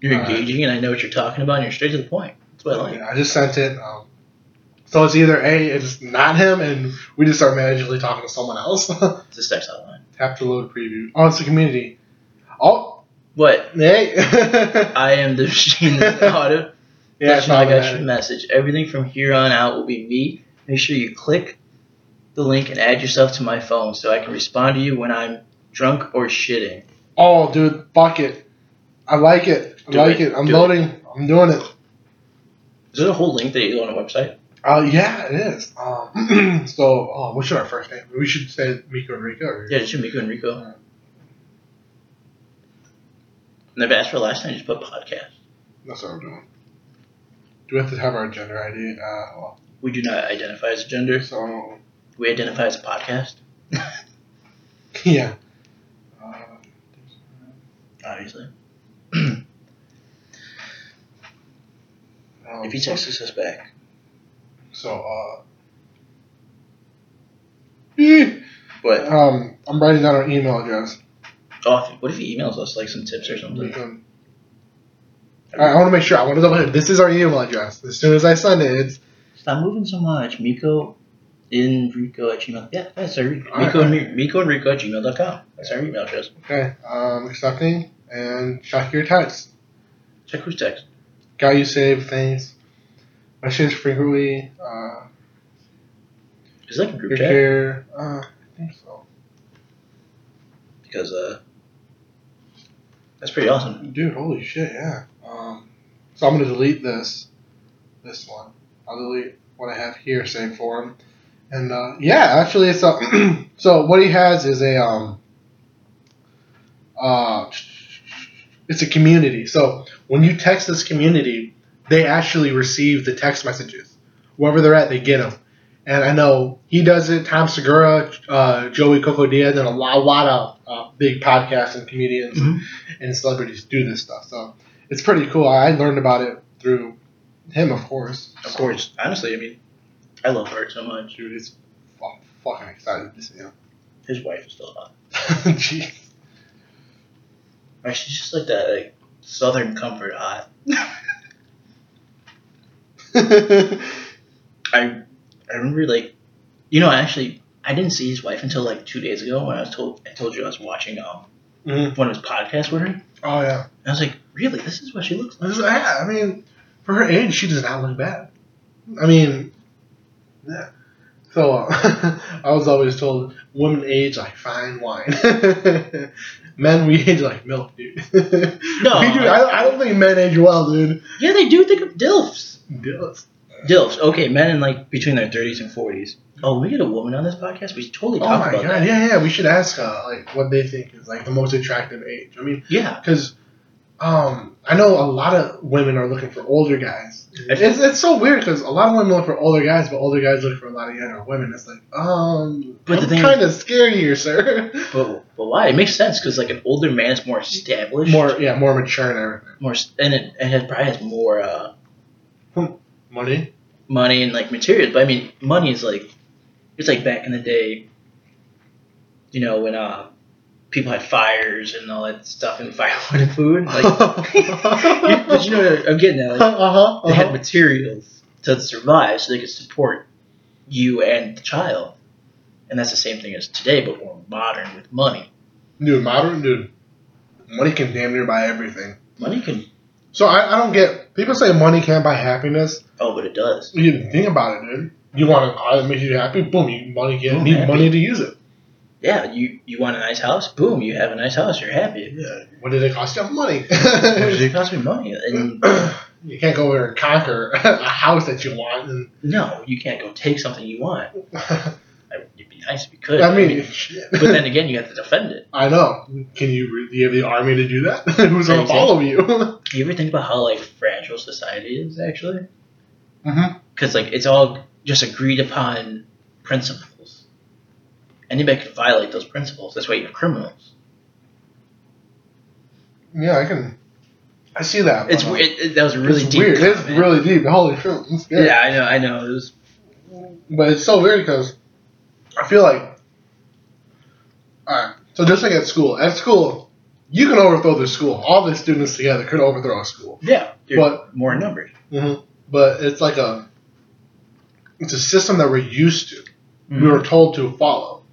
S1: you're
S2: Uh, Oh,
S1: engaging, and I know what you're talking about, and you're straight to the point. That's what I like.
S2: Yeah, I just sent it. Um, so it's either a, it's not him, and we just start magically talking to someone else. [LAUGHS]
S1: It's a sex hotline.
S2: Tap to load preview. Oh, it's a community. Oh,
S1: But [LAUGHS]
S2: hey.
S1: I am the [LAUGHS] machine
S2: [LAUGHS]
S1: that's auto.
S2: yeah,
S1: that's
S2: it's
S1: just like
S2: not
S1: I should
S2: bad.
S1: message. Everything from here on out will be me. Make sure you click the link and add yourself to my phone so I can respond to you when I'm drunk or shitting.
S2: Oh, dude, fuck it. I like it. I
S1: Do
S2: like it.
S1: it.
S2: I'm
S1: Do it.
S2: loading. I'm doing it.
S1: Is there a whole link that you do on a website?
S2: Uh, yeah, it is. Um, [CLEARS THROAT] so, oh, what should our first name? We should say Miko and Rico. Or,
S1: Yeah, just do Miko and Rico.
S2: Yeah.
S1: And I've asked for last time, just put podcast.
S2: That's what I'm doing. Do we have to have our gender ID? Uh, well,
S1: We do not identify as gender.
S2: so [LAUGHS]
S1: We identify as a podcast, [LAUGHS]
S2: yeah. Uh,
S1: obviously. [CLEARS THROAT]
S2: um,
S1: If he texts us back,
S2: So, uh. [CLEARS THROAT] eh,
S1: but
S2: Um, I'm writing down our email address.
S1: oh, if- what if he emails us like some tips or something?
S2: Um, I, want to make sure. I want to double check. This is our email address. As soon as I send it, it's
S1: Stop moving so much. Miko in Rico at gmail. Yeah, that's our Miko
S2: Alright.
S1: and Miko and Rico at gmail.com. That's our email address.
S2: okay. Um, accepting and check your text.
S1: Check who's text.
S2: Guy you save things. Message frequently. Uh,
S1: Is that a group
S2: your
S1: chat?
S2: care. Uh, I think so.
S1: Because uh, that's pretty awesome.
S2: Dude, holy shit, yeah. Um, so I'm gonna delete this, this one. I'll delete what I have here, save for him. And uh, yeah, actually, it's a. [CLEARS THROAT] so what he has is a um. Uh, it's a community. So when you text this community, they actually receive the text messages. Wherever they're at, they get them. And I know he does it. Tom Segura, uh, Joey Coco Diaz, and a lot, lot of uh, big podcasts and comedians
S1: Mhm.
S2: and celebrities do this stuff. So it's pretty cool. I learned about it through him, of course.
S1: Of course, honestly, I mean, I love Bart so much.
S2: Dude, it's fuck, fucking excited to see him. [LAUGHS]
S1: His wife is still alive.
S2: Jeez. [LAUGHS]
S1: Like, she's just like that, like Southern comfort hot.
S2: Mm-hmm.
S1: I I remember like, you know, I actually I didn't see his wife until like two days ago when I was told I told you I was watching um
S2: Mhm.
S1: one of his podcasts with her. And
S2: Oh yeah.
S1: I was like, really, this is what she looks like.
S2: This is- yeah. I mean, for her age, she does not look bad. I mean, yeah. So [LAUGHS] uh, I was always told women age like fine wine. [LAUGHS] men we age like milk, dude. [LAUGHS] no, we do, I, I don't think men age well, dude.
S1: Yeah, they do think of dilfs.
S2: Dills.
S1: Dilfs. Okay, men in like between their thirties and forties. Oh, we get a woman on this podcast. We should totally
S2: Oh
S1: talk
S2: my
S1: about
S2: god,
S1: that.
S2: yeah, yeah. We should ask uh, like what they think is like the most attractive age. I mean,
S1: Yeah.
S2: because um, I know a lot of women are looking for older guys.
S1: I feel-
S2: It's, it's so weird because a lot of women look for older guys, but older guys look for a lot of younger women. It's like, um,
S1: But
S2: but
S1: the
S2: I'm
S1: thing-
S2: kind of scared here, sir.
S1: But, but why? It makes sense because like an older man is more established,
S2: More, yeah, more mature and everything.
S1: more, s- and it, and it probably has more uh,
S2: Money.
S1: money and like materials. But I mean, money is like it's like back in the day, you know, when uh people had fires and all that stuff and [LAUGHS] firewood and food.
S2: [LAUGHS]
S1: Like, Yeah, but you know, what I'm getting at.
S2: uh [LAUGHS]
S1: Like,
S2: huh.
S1: they had materials to survive so they could support you and the child. And that's the same thing as today, but more modern with money.
S2: Dude, modern dude. Money can damn near buy everything.
S1: Money can,
S2: So I, I don't get people say money can't buy happiness.
S1: oh, but it does.
S2: You didn't think about it, dude. You want a car that makes you happy? Boom, you money get
S1: Boom,
S2: need
S1: happy.
S2: money to use it.
S1: Yeah, you, you want a nice house? Boom, you have a nice house, you're
S2: [LAUGHS]
S1: happy.
S2: Yeah. What did it cost you? Money. [LAUGHS]
S1: It costs me money. And
S2: you can't go over and [LAUGHS] conquer a house that you want. And
S1: no, you can't go take something you want. I, you'd be be nice if you could.
S2: I mean, shit.
S1: but
S2: [LAUGHS]
S1: then again, you have to defend it.
S2: I know. Can you re- do you have the army to do that? [LAUGHS] Who's going to
S1: Exactly.
S2: follow you? mm-hmm.
S1: Do you ever think about how like fragile society is actually? Because like it's all just agreed upon principles. Anybody can violate those principles. That's why you have criminals.
S2: Yeah, I can. I see that.
S1: It's
S2: but, uh,
S1: it, it, that was a really
S2: it's
S1: deep.
S2: Weird. It's
S1: comment.
S2: really deep. Holy shit! It's
S1: Yeah.
S2: good.
S1: I know. I know. It was
S2: But it's so weird because I feel like. Alright, so just like at school. At school, you can overthrow the school. All the students together could overthrow a school.
S1: yeah. You're
S2: But-
S1: more numbered.
S2: Mm-hmm. But it's like a. It's a system that we're used to.
S1: Mm-hmm.
S2: We were told to follow.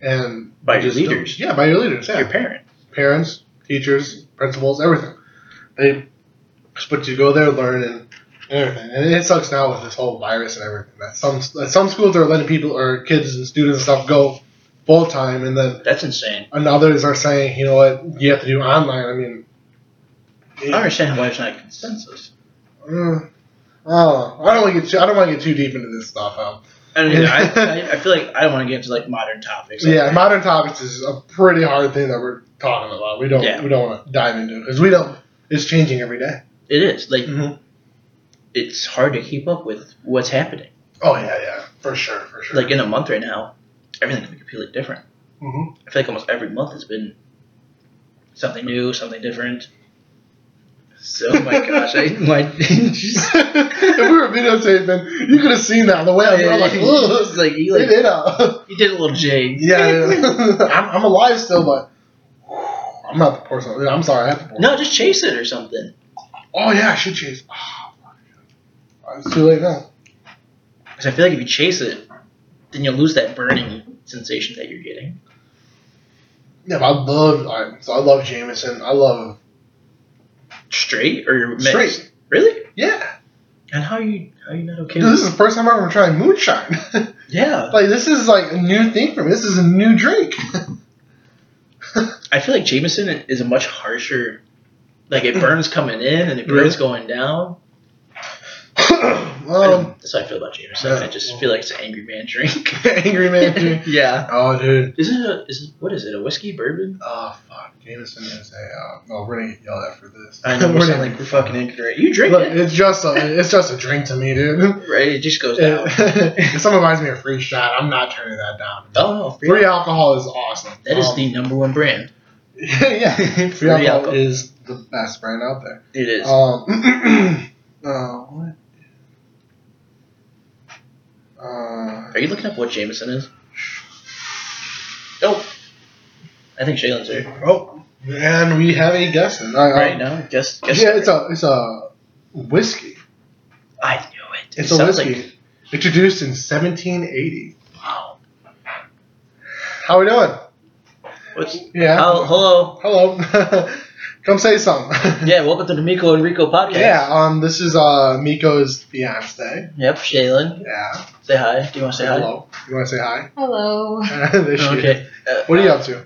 S2: And.
S1: By
S2: we
S1: your
S2: just don't-
S1: leaders.
S2: Yeah, by your leaders, yeah.
S1: Your parent.
S2: parents, teachers, principals, everything. They expect you to go there, learn, and everything. And it sucks now with this whole virus and everything. That some that some schools are letting people or kids and students and stuff go full time, and then
S1: That's insane.
S2: and others are saying, you know what, you have to do online. I mean,
S1: I don't understand why there's not a consensus.
S2: mm, oh, I don't want to get too, I don't want to get too deep into this stuff. Um,
S1: I
S2: [LAUGHS]
S1: don't know. I, I, I feel like I don't want to get into like modern topics. like
S2: yeah,
S1: that.
S2: modern topics is a pretty hard thing that we're talking about. We don't
S1: Yeah.
S2: we don't want to dive into because we don't. It's changing every day.
S1: it is like
S2: Mm-hmm.
S1: it's hard to keep up with what's happening.
S2: Oh yeah, yeah, for sure, for sure.
S1: Like in a month right now, everything can be completely different.
S2: hmm
S1: I feel like almost every month has been something new, something different. So
S2: [LAUGHS]
S1: my gosh, I my [LAUGHS] just,
S2: [LAUGHS] if we were videotaping, you could have seen that. The way I was I'm like,
S1: it's
S2: Ugh,
S1: like you
S2: they [LAUGHS]
S1: like
S2: did it.
S1: you did a little jig.
S2: yeah, yeah. [LAUGHS] I'm, I'm alive still, but I'm not the person. I'm sorry, I have to
S1: [LAUGHS]
S2: pour.
S1: No, just chase it or something.
S2: Oh yeah, I should chase. Ah, fuck. it's too late now.
S1: Because I feel like if you chase it, then you'll lose that burning sensation that you're getting.
S2: Yeah, but I love. I, so I love Jameson. I love
S1: Straight or mixed?
S2: straight.
S1: Really?
S2: Yeah,
S1: And how are you? How are you not okay?
S2: Dude,
S1: with
S2: [LAUGHS] this is the first time I've ever tried moonshine. [LAUGHS]
S1: Yeah,
S2: like this is like a new thing for me. This is a new drink. [LAUGHS]
S1: I feel like Jameson is a much harsher. Like
S2: Hmm.
S1: it burns coming in and it burns going down. I don't- [LAUGHS]
S2: um,
S1: That's how I feel about Jameson. I just feel like it's an angry man drink.
S2: [LAUGHS] angry man
S1: [LAUGHS]
S2: drink.
S1: yeah.
S2: [LAUGHS] Oh, dude.
S1: Is it a is it, what is it a whiskey bourbon?
S2: Oh fuck, Jameson is a. Uh, well, we're gonna get yelled at for this.
S1: [LAUGHS]
S2: [LAUGHS]
S1: I know
S2: We're
S1: we sound
S2: gonna-
S1: like we're fucking ignorant. You drink
S2: Look,
S1: it,
S2: it's just a, it's just a drink to
S1: [LAUGHS]
S2: me, dude.
S1: right? It just goes down.
S2: if [LAUGHS] someone buys me a free shot, I'm not turning that down.
S1: Oh, free,
S2: Free alcohol is awesome.
S1: that is
S2: Um,
S1: the number one brand.
S2: [LAUGHS] yeah.
S1: [LAUGHS]
S2: Free,
S1: Free
S2: alcohol,
S1: alcohol.
S2: is the best brand out there.
S1: It is.
S2: Um, [CLEARS THROAT] uh, what? Uh,
S1: Are you looking up what Jameson is? Oh, I think Shaylin's here
S2: oh, and we have a guest. in. I- I-
S1: right now. Guess guess.
S2: Um, Yeah, it's a it's a whiskey.
S1: I knew it.
S2: It's
S1: it
S2: a
S1: sounds
S2: whiskey.
S1: Like,
S2: Introduced in 1780.
S1: wow.
S2: How we doing?
S1: What's,
S2: Yeah.
S1: oh, hello.
S2: Hello. [LAUGHS] Come say something. [LAUGHS]
S1: Yeah, welcome to the Miko and Rico podcast.
S2: Yeah, um, this is uh Miko's fiance.
S1: Yep, Shaylin.
S2: Yeah.
S1: Say hi. Do you want to say hi? Oh,
S2: Hello. You want to say hi? [LAUGHS]
S3: Hello.
S2: There she is.
S1: Okay. Uh,
S2: What are you up to?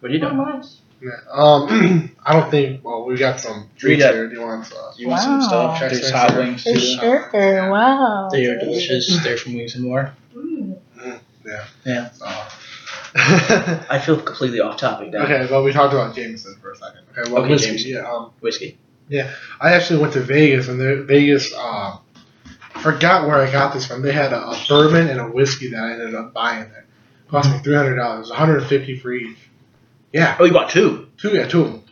S1: What are you
S3: Not
S1: doing?
S3: much.
S2: Yeah, Um, [CLEARS THROAT] I don't think. Well, we got some drinks
S1: got-
S2: here. Do you want some?
S1: You want some
S3: Wow.
S1: stuff?
S2: Check
S1: There's
S2: this
S1: hot
S2: out.
S1: wings.
S3: For
S1: too.
S2: Yeah.
S3: sure. Wow.
S1: They are delicious. They're from Wings and More.
S3: Mm.
S2: Uh, [LAUGHS]
S1: I feel completely off topic now.
S2: okay, well, we talked about Jameson for a second. Okay. Well,
S1: Okay,
S2: whiskey,
S1: Jameson.
S2: Yeah. Um,
S1: Whiskey.
S2: I actually went to Vegas, and there, Vegas um, forgot where I got this from. They had a, a bourbon and a whiskey that I ended up buying there. Cost me three hundred dollars, one hundred and fifty for each. Yeah,
S1: Oh, you bought two.
S2: two, yeah, two of them.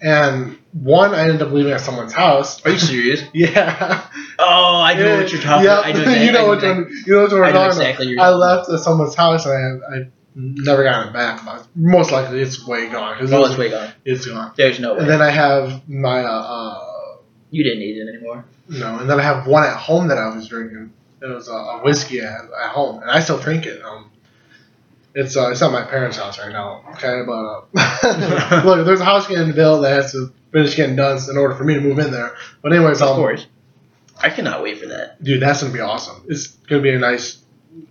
S2: And one I ended up leaving at someone's house.
S1: Are you serious?
S2: [LAUGHS] Yeah,
S1: Oh, I know
S2: Yeah,
S1: what you're talking
S2: yeah.
S1: about. I know exactly,
S2: [LAUGHS] you know
S1: I
S2: what
S1: know,
S2: one- you know what
S1: I
S2: we're
S1: know
S2: talking about.
S1: exactly.
S2: I left at someone's house, and I, I never got it back. But most likely, it's way gone because
S1: Oh, it's way gone.
S2: it's gone.
S1: There's no way.
S2: And then I have my uh, uh,
S1: you didn't need it anymore.
S2: No, and then I have one at home that I was drinking. It was a, a whiskey I had at home, and I still drink it. Um, it's uh, it's at my parents' house right now. Okay, but
S1: [LAUGHS]
S2: uh, [LAUGHS] look, there's a house getting built that has to finish getting done in order for me to move in there. But anyways,
S1: Of
S2: um,
S1: course. I cannot wait for that.
S2: dude, that's gonna be awesome. It's gonna be a nice,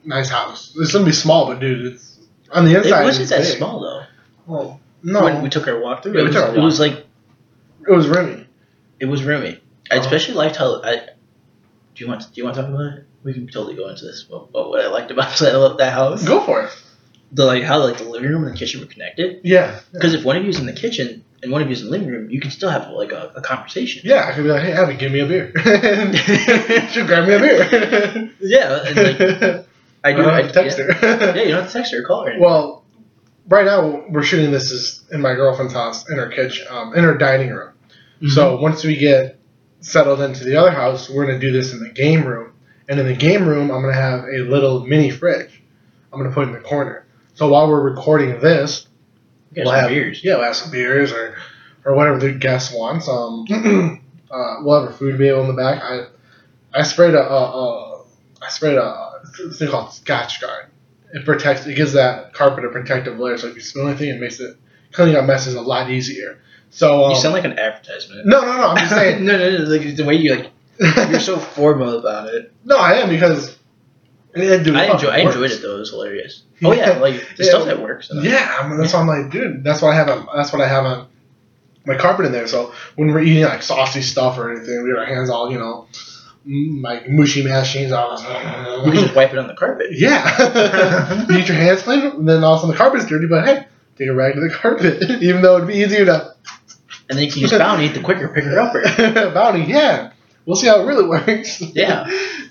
S2: nice house. It's gonna be small, but dude, it's on the
S1: It
S2: inside.
S1: wasn't
S2: it's
S1: that
S2: big.
S1: small though.
S2: Well, no,
S1: When we took our walk through,
S2: Yeah,
S1: it
S2: we
S1: was,
S2: took our
S1: it was like
S2: it was roomy.
S1: It was roomy. I
S2: Oh.
S1: especially liked how I Do you want? Do you want to talk about it? We can totally go into this. What, what, what I liked about [LAUGHS] I love that house.
S2: Go for it.
S1: The like how like the living room and the kitchen were connected.
S2: Yeah.
S1: Because if one of you's in the kitchen and one of you's in the living room, you can still have like a, a conversation.
S2: Yeah, I could be like, hey, Abby, give me a beer. [LAUGHS] She'll grab me a beer.
S1: Yeah, and,
S2: [LAUGHS]
S1: like, I
S2: I
S1: do.
S2: don't
S1: I,
S2: have to text
S1: yeah.
S2: her. [LAUGHS]
S1: Yeah, you don't have to text her or call her.
S2: Well, right now we're shooting this is in my girlfriend's house in her kitchen, um, in her dining room.
S1: Mm-hmm.
S2: So once we get settled into the other house, we're gonna do this in the game room. And in the game room, I'm gonna have a little mini fridge. I'm gonna put in the corner. So while we're recording this,
S1: you
S2: we'll
S1: have
S2: have-
S1: beers.
S2: yeah, we'll have some beers or, or whatever the guest wants. Um, [CLEARS THROAT] uh, we'll have a food meal in the back. I I sprayed a, a, a I sprayed a thing called Scotch Guard. It protects. It gives that carpet a protective layer. So if you spill anything, it makes it cleaning up messes a lot easier. So um,
S1: you sound like an advertisement.
S2: no, no, no. [LAUGHS] I'm just saying.
S1: [LAUGHS] no, no, no. Like the way you like, you're so formal about it.
S2: No, I am because it, dude,
S1: I
S2: fucking
S1: enjoy. I
S2: works.
S1: enjoyed it though. It was hilarious. Oh yeah, like the
S2: [LAUGHS] Yeah.
S1: stuff that works. and
S2: Yeah, I mean, that's why I'm like, dude, that's what I have. On, that's what I have on my carpet in there. So when we're eating like saucy stuff or anything, we have our hands all you know, mm, like mushy mashings. All [LAUGHS]
S1: You can just wipe it on the carpet.
S2: yeah, [LAUGHS] you get your hands clean, and then all of a sudden the carpet's dirty. But hey, take a rag to the carpet, [LAUGHS] even though it'd be easier to [LAUGHS]
S1: And then you can use Bounty to quicker pick her up.
S2: bounty. Yeah, we'll see how it really works. [LAUGHS]
S1: Yeah.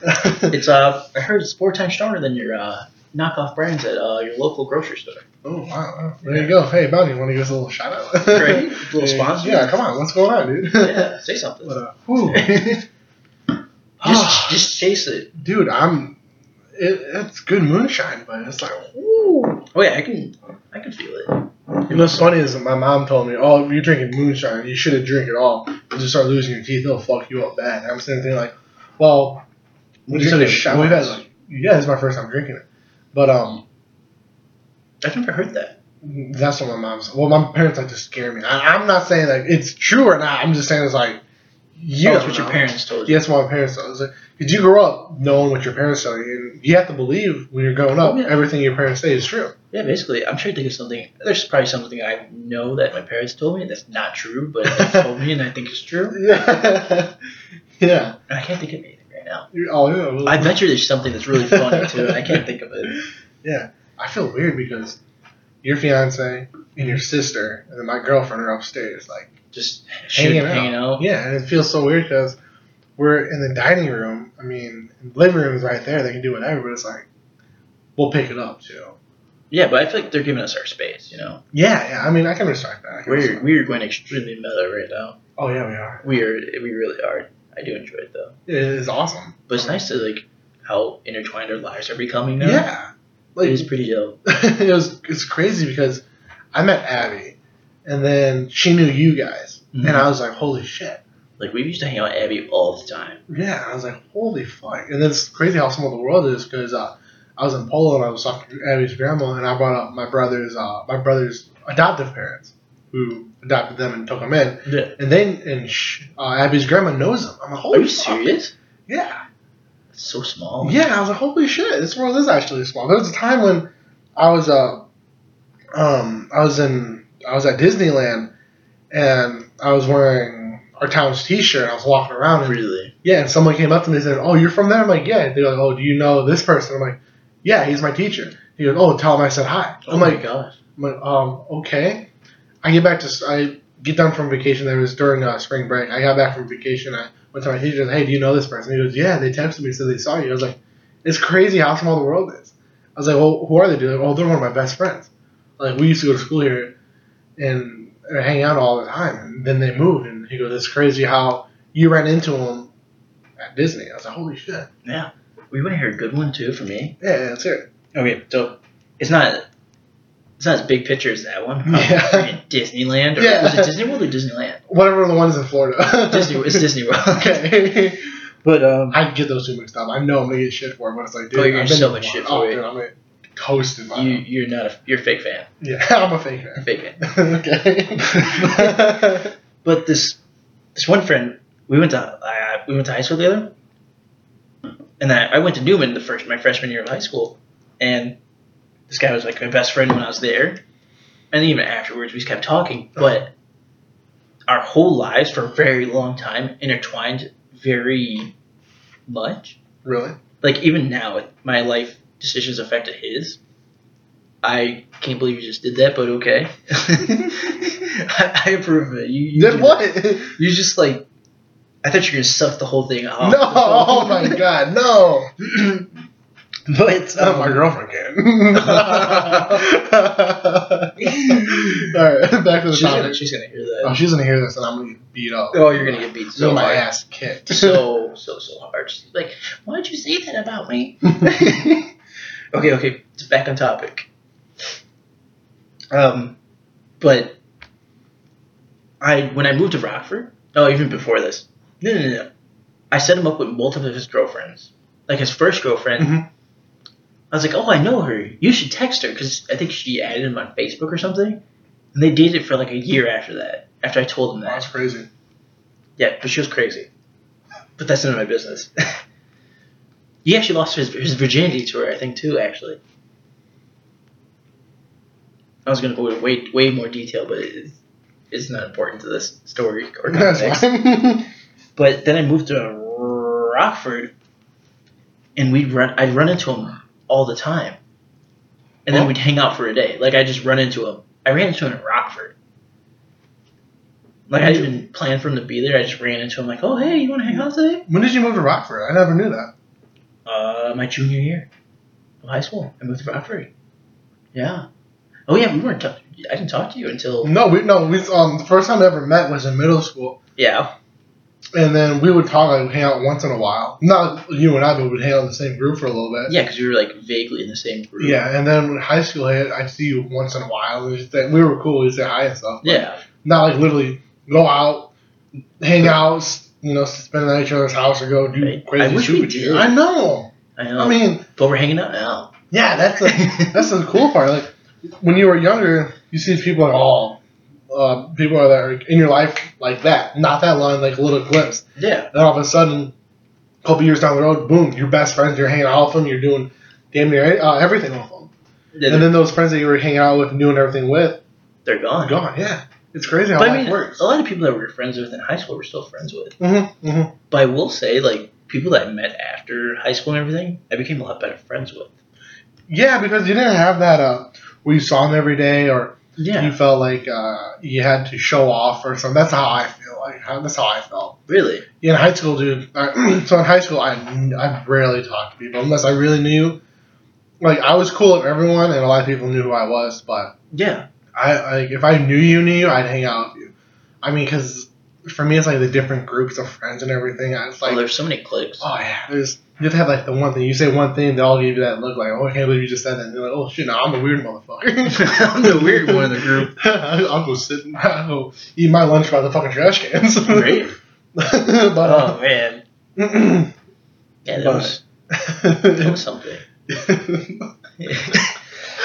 S1: It's uh, I heard it's four times stronger than your uh, knockoff brands at uh, your local grocery
S2: [LAUGHS]
S1: store.
S2: Oh wow, wow! There you go. Hey, Bounty, want to give us a little shout out? [LAUGHS]
S1: Right? Little sponsor.
S2: Yeah, come on. What's going on, dude? [LAUGHS]
S1: Yeah, say something.
S2: But, uh, [LAUGHS] whew.
S1: Just, just chase it.
S2: dude, I'm. It, it's good moonshine, but it's like, whoo.
S1: Oh yeah, I can, I can feel it.
S2: You know what's funny is that my mom told me, "Oh, you're drinking moonshine. You shouldn't drink it all. Because you start losing your teeth, it'll fuck you up bad." And I'm sitting there like, "Well,
S1: We
S2: we
S1: drink it
S2: shot. We've had like, yeah, this is my first time drinking it, but um,
S1: I've never heard that.
S2: that's what my mom's. Well, my parents like to scare me. I, I'm not saying like it's true or not. I'm just saying it's like, you
S1: Yeah, that's
S2: don't
S1: Oh, what
S2: know.
S1: your parents told you.
S2: Yes, my parents tell. us. Like, did you grow up knowing what your parents tell you? And you have to believe when you're growing up,
S1: Oh, yeah.
S2: everything your parents say is true.
S1: Yeah, basically, I'm trying to think of something. There's probably something I know that my parents told me that's not true, but
S2: [LAUGHS]
S1: they told me and I think it's true.
S2: Yeah. yeah.
S1: And I can't think of anything right now.
S2: You- Oh, yeah. well-
S1: I bet you there's something that's really funny too, and I can't think of it.
S2: Yeah. I feel weird because your fiance and your sister and then my girlfriend are upstairs. Like,
S1: Just shooting,
S2: Hanging out.
S1: hanging out.
S2: yeah, and it feels so weird because we're in the dining room. I mean, the living room is right there. They can do whatever, but it's like, we'll pick it up too.
S1: Yeah, but I feel like they're giving us our space. You know,
S2: Yeah, yeah. I mean, I can respect that. I can
S1: we're
S2: respect-
S1: we're going extremely meta right now.
S2: Oh, yeah, we are.
S1: We are, we really are. I do enjoy it though,
S2: It is awesome.
S1: but it's nice to like how intertwined our lives are becoming now.
S2: Yeah.
S1: it is pretty dope.
S2: [LAUGHS] it was it's crazy because I met Abby, and then she knew you guys,
S1: Mm-hmm.
S2: and I was like, holy shit,
S1: Like we used to hang out at Abby all the time.
S2: yeah. I was like, holy fuck, and then it's crazy how small the world is because uh, I was in Poland, I was talking to Abby's grandma, and I brought up my brother's uh, my brother's adoptive parents who adopted them and took them in,
S1: Yeah.
S2: and then and sh- uh, Abby's grandma knows them. I'm like,
S1: Are
S2: holy
S1: you
S2: fuck.
S1: serious?
S2: Yeah.
S1: It's so small.
S2: Yeah, I was like, holy shit, this world is actually small. There was a time when I was uh, um, I was in I was at Disneyland, and I was wearing our town's T-shirt. I was walking around, and
S1: Really?
S2: yeah, and someone came up to me and said, "Oh, you're from there?" I'm like, "Yeah." They're like, "Oh, do you know this person?" I'm like, "Yeah, he's my teacher." He goes, "Oh, tell him I said hi."
S1: Oh
S2: I'm
S1: my
S2: like,
S1: gosh.
S2: I'm like, um, okay. I get back to I get done from vacation. That was during uh, spring break. I got back from vacation. I went to my teacher. Hey, do you know this person? He goes, Yeah. They texted me said they saw you. I was like, It's crazy how small the world is. I was like, Well, who are they? They're Like, oh, they're one of my best friends. Like we used to go to school here and and hang out all the time. And then they moved, and he goes, It's crazy how you ran into them at Disney. I was like, Holy shit.
S1: We want to hear a good one too for me.
S2: Yeah, that's it.
S1: Okay, so it's not it's not as big picture as that one. [LAUGHS] Probably
S2: Yeah.
S1: freaking Disneyland or
S2: Yeah.
S1: was it Disney World or [LAUGHS] Disneyland?
S2: Whatever the ones in Florida.
S1: Disney
S2: [LAUGHS]
S1: it's Disney World.
S2: okay.
S1: [LAUGHS]
S2: [LAUGHS]
S1: But um
S2: I get those two mixed up. I know I'm gonna get shit for it, but it's like, dude,
S1: Oh, you're gonna
S2: I've been
S1: so
S2: to
S1: much
S2: one.
S1: shit
S2: Oh,
S1: for it.
S2: dude, I'm like toasted by
S1: you
S2: them.
S1: you're not a you're a fake fan.
S2: Yeah, [LAUGHS] I'm a fake
S1: You're a
S2: fan.
S1: fake fan.
S2: okay.
S1: But this this one friend we went to uh, we went to high school together. And I, I went to Newman the first my freshman year of high school and this guy was like my best friend when I was there. And even afterwards we just kept talking, but our whole lives for a very long time intertwined very much.
S2: [LAUGHS] Really?
S1: Like even now, it- my life decisions affected his. I can't believe you just did that, but okay. [LAUGHS] I, I approve of it. You, you
S2: Then
S1: did-
S2: what?
S1: You just like. I thought you were gonna suck the whole thing off. [LAUGHS]
S2: [LAUGHS] no! Oh my god! No!
S1: [CLEARS THROAT] but
S2: Not if my
S1: um, [LAUGHS]
S2: girlfriend can. [LAUGHS] All right, back to the
S1: she's, gonna,
S2: topic.
S1: she's gonna hear
S2: Oh,
S1: that.
S2: she's gonna hear this, and I'm gonna get beat up.
S1: Oh, you're gonna get beat so
S2: Get my
S1: hard,
S2: ass kicked. [LAUGHS]
S1: so [LAUGHS] so so hard. She's like, why'd you say that about me? okay, okay, it's back on topic. Um, but I when I moved to Rockford, oh, even before this, no, no, no, no. I set him up with multiple of his girlfriends. Like his first girlfriend,
S2: Mhm.
S1: I was like, oh, I know her. You should text her because I think she added him on Facebook or something. And they dated for like a year after that. After I told him that,
S2: That's crazy.
S1: yeah, but she was crazy. But that's none of my business. [LAUGHS] he actually lost his, his virginity to her, I think, too, actually. I was going to go into way, way more detail, but it, it's not important to this story or
S2: [LAUGHS] That's
S1: context.
S2: fine. [LAUGHS]
S1: But then I moved to Rockford, and we'd run. I'd run into him all the time, and then
S2: Oh.
S1: we'd hang out for a day. Like I just run into him. I ran into him in Rockford. Like I didn't plan for him to be there. I just ran into him. Like, oh hey, you want to hang out today?
S2: when did you move to Rockford? I never knew that.
S1: Uh, my junior year of high school, I moved to Rockford. Yeah. Oh yeah, we weren't. T- I didn't talk to you until
S2: No, we no, we um the first time I ever met was in middle school,
S1: yeah.
S2: and then we would talk like hang out once in a while. Not you and I, but we'd hang out in the same group for a little bit.
S1: Yeah, because we were like vaguely in the same group.
S2: Yeah, and then when high school hit, I'd see you once in a while. And just, we were cool. We'd say hi and stuff. but
S1: Yeah.
S2: Not like literally go out, hang out, s- you know, spend the night at each other's house or go do
S1: Right.
S2: crazy
S1: I wish
S2: stupid
S1: we
S2: shit.
S1: did.
S2: I know.
S1: I know.
S2: I mean,
S1: but we're hanging out now.
S2: yeah, that's a, that's the cool part. Like when you were younger, you see people at all. Uh, people that are in your life like that, not that long, like little glimpse.
S1: Yeah.
S2: Then all of a sudden, a couple years down the road, boom, your best friends, you're hanging out with them, you're doing damn near uh, everything with them.
S1: They're,
S2: And then those friends that you were hanging out with and doing everything with,
S1: they're gone.
S2: gone. Yeah. It's crazy how
S1: But I
S2: life
S1: mean, oh.
S2: works.
S1: a lot of people that we were friends with in high school we're still friends with.
S2: Mm-hmm, mm-hmm.
S1: But I will say, like, people that I met after high school and everything, I became a lot better friends with.
S2: Yeah, because you didn't have that uh, where you saw them every day or you
S1: Yeah.
S2: felt like uh, you had to show off or something. That's how I feel. Like how, That's how I felt.
S1: Really?
S2: In high school, dude. I, [CLEARS THROAT] so in high school, I, I rarely talked to people unless I really knew. Like, I was cool with everyone, and a lot of people knew who I was, but
S1: Yeah.
S2: I like if I knew you knew you, I'd hang out with you. I mean, because for me, it's like the different groups of friends and everything. I It's
S1: oh,
S2: like,
S1: there's so many cliques. [LAUGHS]
S2: oh yeah, there's you have to have like the one thing. You say one thing, they all give you that look like, oh, I can't believe you just said that. And they're like, oh shit, no, I'm a weird
S1: [LAUGHS]
S2: motherfucker.
S1: I'm the weird one in the
S2: [LAUGHS]
S1: group.
S2: I- I'll go sit and I'll go eat my lunch by the fucking trash cans.
S1: Right?
S2: [LAUGHS] but uh,
S1: Oh, man.
S2: [CLEARS THROAT]
S1: Yeah, that
S2: But-
S1: was, that was something. [LAUGHS]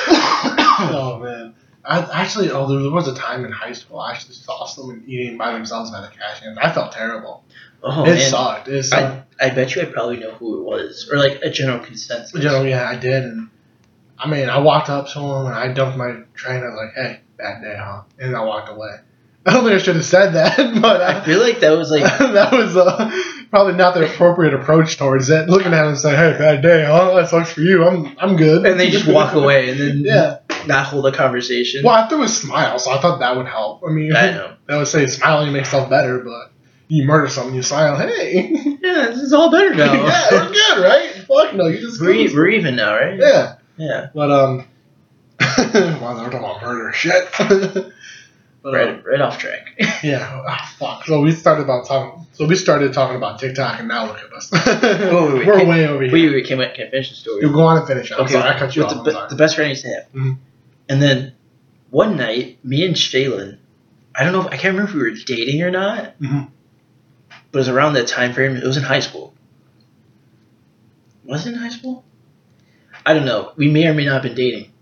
S2: oh man. I actually, oh, there was a time in high school I actually saw someone eating by themselves by the cash can. I felt terrible.
S1: Oh,
S2: it
S1: man.
S2: sucked. It sucked.
S1: I bet you I probably know who it was. Or, like, a general consensus.
S2: You know, yeah, I did. And I mean, I walked up to him and I dumped my train. I was like, "Hey, bad day, huh?" And I walked away. [LAUGHS] I don't think I should have said that, [LAUGHS] but
S1: I
S2: I,
S1: feel like that was, [LAUGHS] like,
S2: [LAUGHS] that was uh, probably not the appropriate approach towards it. Looking at him and saying, "Hey, bad day, huh? That sucks for you. I'm I'm good."
S1: and they just walk away and then
S2: [LAUGHS] Yeah.
S1: not hold a conversation.
S2: Well, I threw a smile, so I thought that would help. I mean, [LAUGHS]
S1: I know.
S2: They would say smiling makes stuff better, but you murder someone, you smile, hey. [LAUGHS]
S1: Yeah, this is all better [LAUGHS] now.
S2: yeah, we're good, right? Fuck no, you just
S1: We're,
S2: killed
S1: e- we're even now, right?
S2: us. Yeah.
S1: Yeah.
S2: But, um, [LAUGHS] wow, they were talking about murder shit. [LAUGHS] but, um,
S1: Right, right off track.
S2: yeah, ah, fuck. So we started about talking, so we started talking about TikTok, and now look at us. [LAUGHS]
S1: wait, wait,
S2: we're
S1: can-
S2: way over here.
S1: We, we came at confession story.
S2: you go on and finish it. I'm
S1: Okay,
S2: sorry, I cut you
S1: with
S2: off.
S1: The,
S2: I'm
S1: be-
S2: sorry.
S1: the best friend I used to have.
S2: Mhm.
S1: And then one night, me and Shaylin, I don't know, if, I can't remember if we were dating or not,
S2: Mhm.
S1: but it was around that time frame. It was in high school. Was it in high school? I don't know. We may or may not have been dating.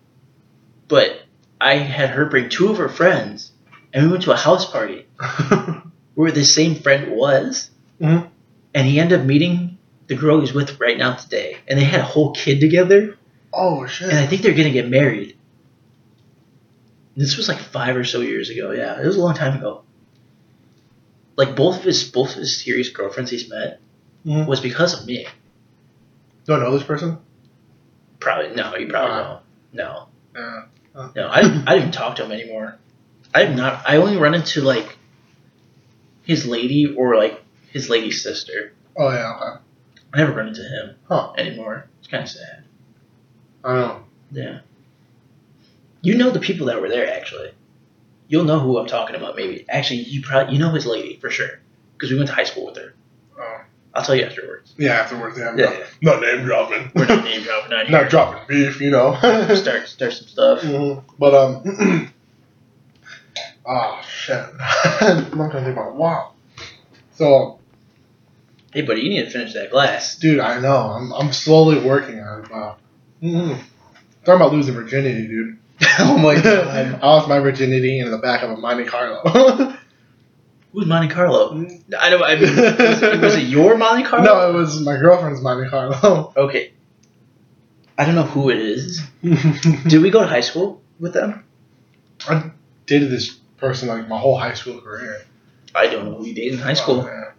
S1: But I had her bring two of her friends, and we went to a house party where the same friend was,
S2: Mhm.
S1: and he ended up meeting the girl he's with right now today. And they had a whole kid together
S2: [LAUGHS] oh, shit.
S1: and I think they're gonna get married. This was like five or so years ago. Yeah, it was a long time ago. Like both of his both of his serious girlfriends he's met
S2: Mhm.
S1: was because of me.
S2: Do I know this person?
S1: Probably no, you probably
S2: Wow.
S1: don't.
S2: Uh,
S1: No, no, I I didn't talk to him anymore. I have not. I only run into like his lady or like his lady sister.
S2: oh yeah, okay.
S1: I never run into him
S2: Huh.
S1: anymore. It's kind of sad.
S2: I don't know.
S1: Yeah. You know the people that were there actually. You'll know who I'm talking about. Maybe actually, you probably you know his lady for sure because we went to high school with her.
S2: Oh.
S1: I'll tell you afterwards.
S2: Yeah, afterwards, yeah.
S1: Yeah,
S2: No name dropping.
S1: we're
S2: [LAUGHS]
S1: not name dropping on here.
S2: Not dropping beef, you know.
S1: [LAUGHS] Start start some stuff.
S2: [LAUGHS] Mhm. But um, [CLEARS THROAT] oh shit, [LAUGHS] I'm not gonna think about it. Wow. So,
S1: Hey, buddy, you need to finish that glass. [LAUGHS]
S2: dude, I know I'm I'm slowly working on it. Wow. Mm-hmm. Talking about losing virginity, dude. [LAUGHS]
S1: oh my
S2: I lost my virginity in the back of a Monte Carlo. [LAUGHS]
S1: Who's Monte Carlo? I don't. I mean, was, it- was it your Monte Carlo?
S2: Mm. no, it was my girlfriend's Monte Carlo. [LAUGHS]
S1: Okay. I don't know who it is. Did we go to high school with them?
S2: I dated this person like my whole high school career.
S1: I don't know who you dated in high
S2: Oh,
S1: school.
S2: man.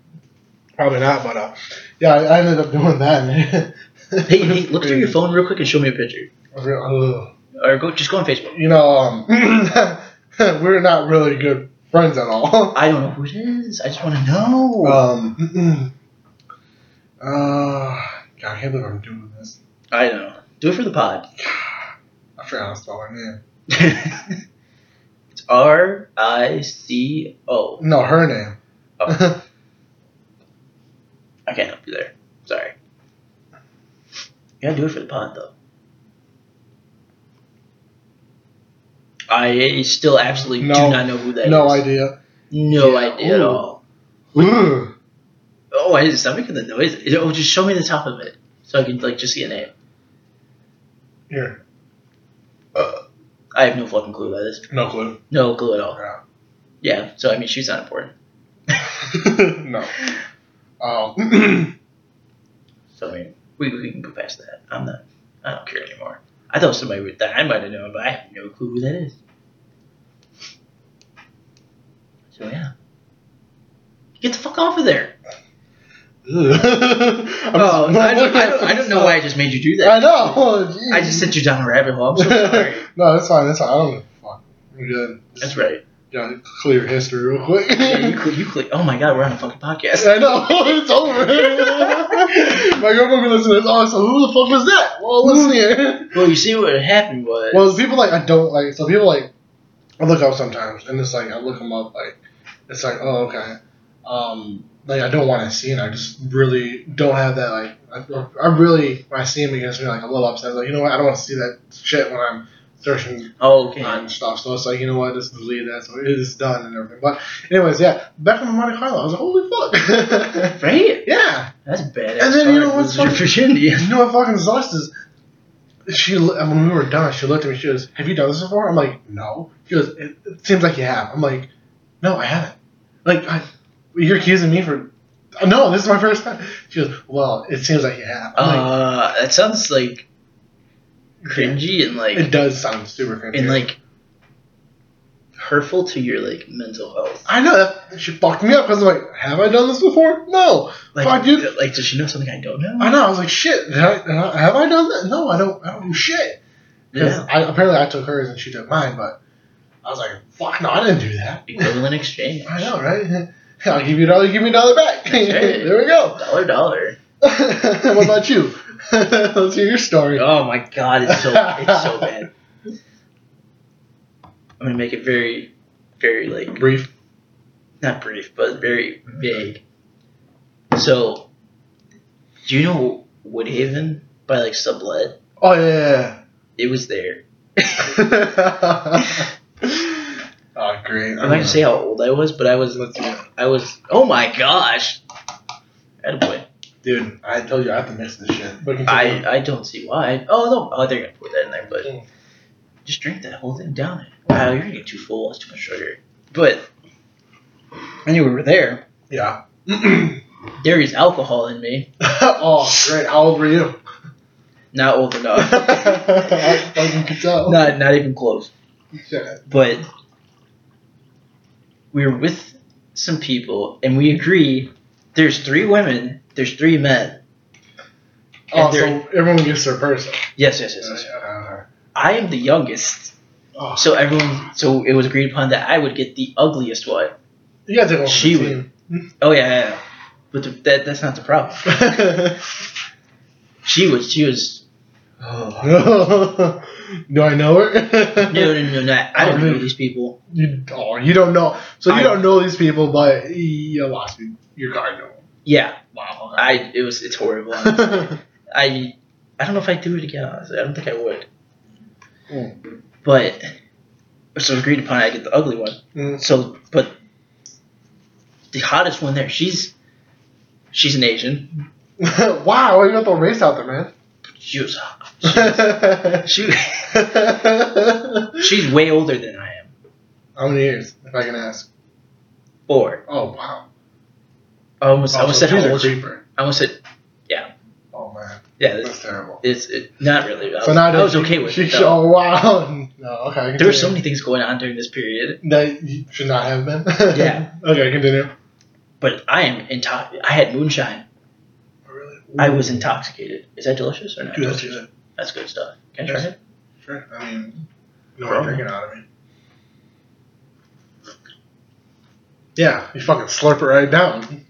S2: Probably not, but uh, yeah, I, I ended up doing that.
S1: [LAUGHS] Hey, hey, look through your phone real quick and show me a picture,
S2: Ugh.
S1: or go just go on Facebook.
S2: [LAUGHS] you know, um, [LAUGHS] we're not really good friends at all. [LAUGHS]
S1: I don't know who it is. I just want to know.
S2: Um, [CLEARS THROAT] uh, God, I can't believe I'm doing this.
S1: I don't know. Do it for the pod. [LAUGHS]
S2: I forgot how to spell her name.
S1: it's R I C O.
S2: No, her name. [LAUGHS]
S1: Oh. I can't help you there. Sorry. You gotta do it for the pod though. I still absolutely
S2: No.
S1: do not know who that is.
S2: no idea.
S1: No
S2: Yeah,
S1: idea at
S2: ooh.
S1: all.
S2: Ooh.
S1: Oh, why is that making the noise? Is it- Oh, just show me the top of it so I can like just see a name.
S2: [CLEARS THROAT] Here,
S1: I have no fucking clue about this.
S2: no clue. [LAUGHS]
S1: No clue at all.
S2: Yeah.
S1: Yeah. So I mean, she's not important. [LAUGHS]
S2: no. Um, [CLEARS THROAT]
S1: So I mean, we, we can go past that. I'm not. I don't care anymore. I thought somebody would, that I might have known, but I have no clue who that is. So yeah. Get the fuck off of there! Oh, I don't, I, don't, I don't know why I just made you do that.
S2: I know. [LAUGHS] Oh,
S1: I just sent you down a rabbit hole. I'm so sorry.
S2: no, that's fine. That's fine. I don't give a fuck. We're good.
S1: That's right.
S2: Yeah, clear history real quick.
S1: Yeah,
S2: [LAUGHS]
S1: you, cle- you, cle- oh my god, we're on a fucking podcast.
S2: I know, [LAUGHS] it's over. My girlfriend will listen to this. Oh, so who the fuck was that? Well, listen here.
S1: Well, you see what happened was.
S2: Well, it's people like I don't like. So people like I look up sometimes, and it's like I look them up. Like it's like oh okay, um, like I don't want to see, and I just really don't have that. Like I, I really when I see him, it gets me like a little upset. Like you know what? I don't want to see that shit when I'm searching
S1: oh, okay.
S2: on stuff. So it's like, you know what, just delete that. So it is done and everything. But anyways, yeah, back from Monte Carlo, I was like, holy fuck. [LAUGHS]
S1: Right?
S2: yeah.
S1: That's badass.
S2: And then you know
S1: Sorry,
S2: what's
S1: lose your
S2: funny?
S1: virginity.
S2: You know what fucking sucks is she lo- and when we were done, she looked at me. She goes, "Have you done this before?" I'm like, "No." She goes, "It, it seems like you have." I'm like, "No, I haven't." Like, I, you're accusing me for. No, this is my first time. She goes, "Well, it seems like you have." I'm like,
S1: Uh, that sounds like cringy and Oh, like [LAUGHS]
S2: it does sound super cringy.
S1: and like hurtful to your like mental health.
S2: I know that she fucked me up because I'm like, "Have I done this before?" No.
S1: Like,
S2: Fuck, dude.
S1: like does she know something I don't know?
S2: I know. I was like, shit. Did I, did I- have I done that? No, I don't. I don't do shit. 'Cause
S1: Yeah.
S2: I, apparently, I took hers and she took mine, but I was like, fuck, no, I didn't do that.
S1: Equivalent exchange.
S2: I know, right? [LAUGHS] I'll give you a dollar. You give me a dollar back.
S1: That's right.
S2: [LAUGHS] there we go.
S1: Dollar dollar.
S2: what about you? [LAUGHS] Let's hear your story.
S1: Oh my god, it's so it's so bad. [LAUGHS] I'm gonna make it very, very like
S2: Brief.
S1: not brief, but very vague. So, do you know Woodhaven by like sublet?
S2: Oh yeah.
S1: It was there.
S2: yeah, [LAUGHS] yeah. oh great.
S1: I'm not gonna say how old I was, but I was
S2: Let's do it.
S1: I was. Oh my gosh. Attaboy.
S2: dude. I told you I have to mix this shit. But
S1: I I don't see why. Oh no. Oh, they're gonna put that in there, but
S2: Mm.
S1: just drink that whole thing down. it. Wow, you're gonna get too full. That's too much sugar. But anyway, we're there.
S2: yeah. [CLEARS THROAT]
S1: There is alcohol in me.
S2: oh great. How old were you?
S1: Not old enough.
S2: [LAUGHS] I fucking could tell.
S1: not not even close.
S2: Shit.
S1: But we were with some people, and we agree There's three women. There's three men.
S2: Oh,
S1: And they're-
S2: so everyone gets their person.
S1: Yes, yes, yes, yes.
S2: Uh,
S1: I am the youngest,
S2: oh.
S1: so everyone. So it was agreed upon that I would get the ugliest one.
S2: you guys are going for
S1: She
S2: the
S1: would-
S2: team.
S1: Oh yeah, yeah, yeah. but the, that that's not the problem. She was she was. Oh.
S2: [LAUGHS] Do I know her?
S1: No, no, no, no. I don't
S2: Oh,
S1: know
S2: dude.
S1: these people.
S2: [LAUGHS] You, oh, you don't know. So you
S1: I-
S2: don't know these people, but you lost me. Your card. No.
S1: Yeah,
S2: Wow.
S1: I it was it's horrible. I I don't know if I'd do it again. Honestly, I don't think I would. But so agreed upon. I get the ugly one.
S2: Mm.
S1: So, but the hottest one there, she's she's an Asian.
S2: [LAUGHS] wow, you got the race out there, man.
S1: She was
S2: [LAUGHS]
S1: she she's way older than I am.
S2: How many years, if I can ask?
S1: Or
S2: Oh wow.
S1: I almost I
S2: Oh,
S1: almost
S2: so
S1: said
S2: she's
S1: how
S2: a
S1: old. she-
S2: creeper.
S1: I almost said
S2: Oh man,
S1: yeah.
S2: that's
S1: It's,
S2: terrible.
S1: it's it, not really. I was,
S2: So now
S1: I was
S2: she-
S1: okay with
S2: she,
S1: it.
S2: she-
S1: though.
S2: Oh wow. [LAUGHS] No, okay.
S1: There were so
S2: continue.
S1: many things going on during this period,
S2: that you should not have been. [LAUGHS]
S1: Yeah.
S2: okay, continue.
S1: but I am intoxicated. I had moonshine.
S2: Oh, Really?
S1: I was intoxicated. Is that delicious or not?
S2: Dude, that's
S1: delicious?
S2: good.
S1: That's good stuff. Can I try
S2: Yes.
S1: it?
S2: Sure. I mean, no
S1: Bro.
S2: one drinking out of me. Yeah, you fucking slurp it right down.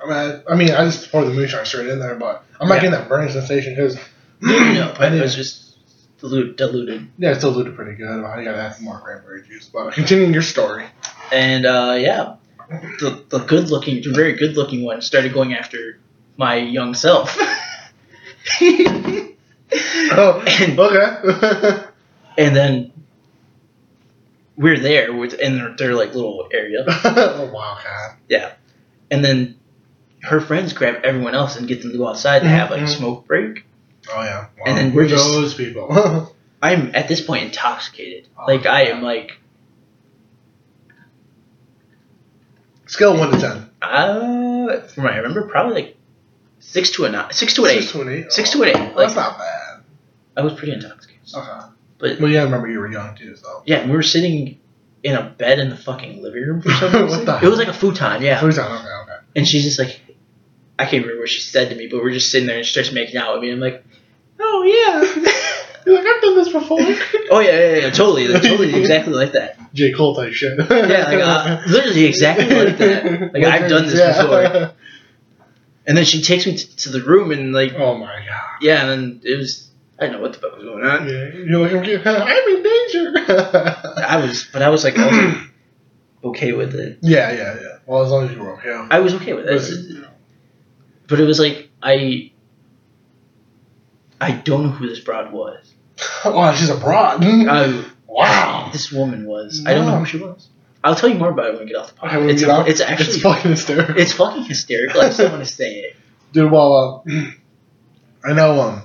S2: I mean, I, I mean, I just poured the moonshine straight in there, but I'm not
S1: Yeah.
S2: getting that burning sensation
S1: [CLEARS THROAT]
S2: because
S1: no,
S2: [CLEARS THROAT] I
S1: but it was
S2: didn't.
S1: just dilute, diluted.
S2: Yeah, it still diluted pretty good. I gotta have more cranberry juice. But continuing your story.
S1: and uh, yeah, the, the good looking, the very good looking one started going after my young self. [LAUGHS]
S2: Oh,
S1: and,
S2: okay.
S1: and then we're there with in their, their like little area,
S2: [LAUGHS] oh wow, God.
S1: and then her friends grab everyone else and get them to go outside to have like a
S2: Mhm.
S1: smoke break.
S2: Oh yeah. Wow.
S1: And then we're just-
S2: those people.
S1: I'm at this point intoxicated.
S2: Oh,
S1: Like I am like
S2: [LAUGHS] Scale one to ten.
S1: uh, from what I remember probably like six to a nine, six to an
S2: Six
S1: eight.
S2: to an eight.
S1: Six
S2: Oh,
S1: to an eight, like-
S2: that's not bad.
S1: I was pretty intoxicated.
S2: Okay.
S1: But
S2: Well, yeah, I remember you were young too, so.
S1: Yeah, and we were sitting in a bed in the fucking living room for some
S2: [LAUGHS] What
S1: reason.
S2: the
S1: it was like a futon, yeah.
S2: Who's on? Okay, okay.
S1: And she's just like, I can't remember what she said to me, but we're just sitting there and she starts making out with me. I'm like, oh yeah,
S2: [LAUGHS] You're like, I've done this [LAUGHS] before.
S1: oh yeah, yeah, yeah, totally, like,
S2: [LAUGHS]
S1: totally, exactly like that.
S2: J. Cole type shit.
S1: Yeah, like
S2: [LAUGHS]
S1: uh, literally exactly like that. Like I've done this before. And then she takes me t- to the room and like,
S2: Oh my god.
S1: yeah, and then it was I don't know what the fuck was going on.
S2: Yeah, you're like, I'm, getting, [LAUGHS] I'm in danger. [CLEARS THROAT]
S1: I was, but I was like also okay with it.
S2: yeah, yeah, yeah. Well, as long as you were okay.
S1: I was okay with it. It's- But it was like I I don't know who this broad was.
S2: [LAUGHS] Oh, she's abroad.
S1: I,
S2: wow.
S1: this woman was. I don't know who she was. I'll tell you more about it when we get off the
S2: Okay,
S1: podcast.
S2: when we
S1: it's,
S2: get off,
S1: it's actually
S2: it's
S1: it's,
S2: fucking hysterical.
S1: fucking hysterical. I just don't want to say
S2: [LAUGHS]
S1: it.
S2: Dude, well,
S1: [CLEARS THROAT]
S2: uh, I know. Um,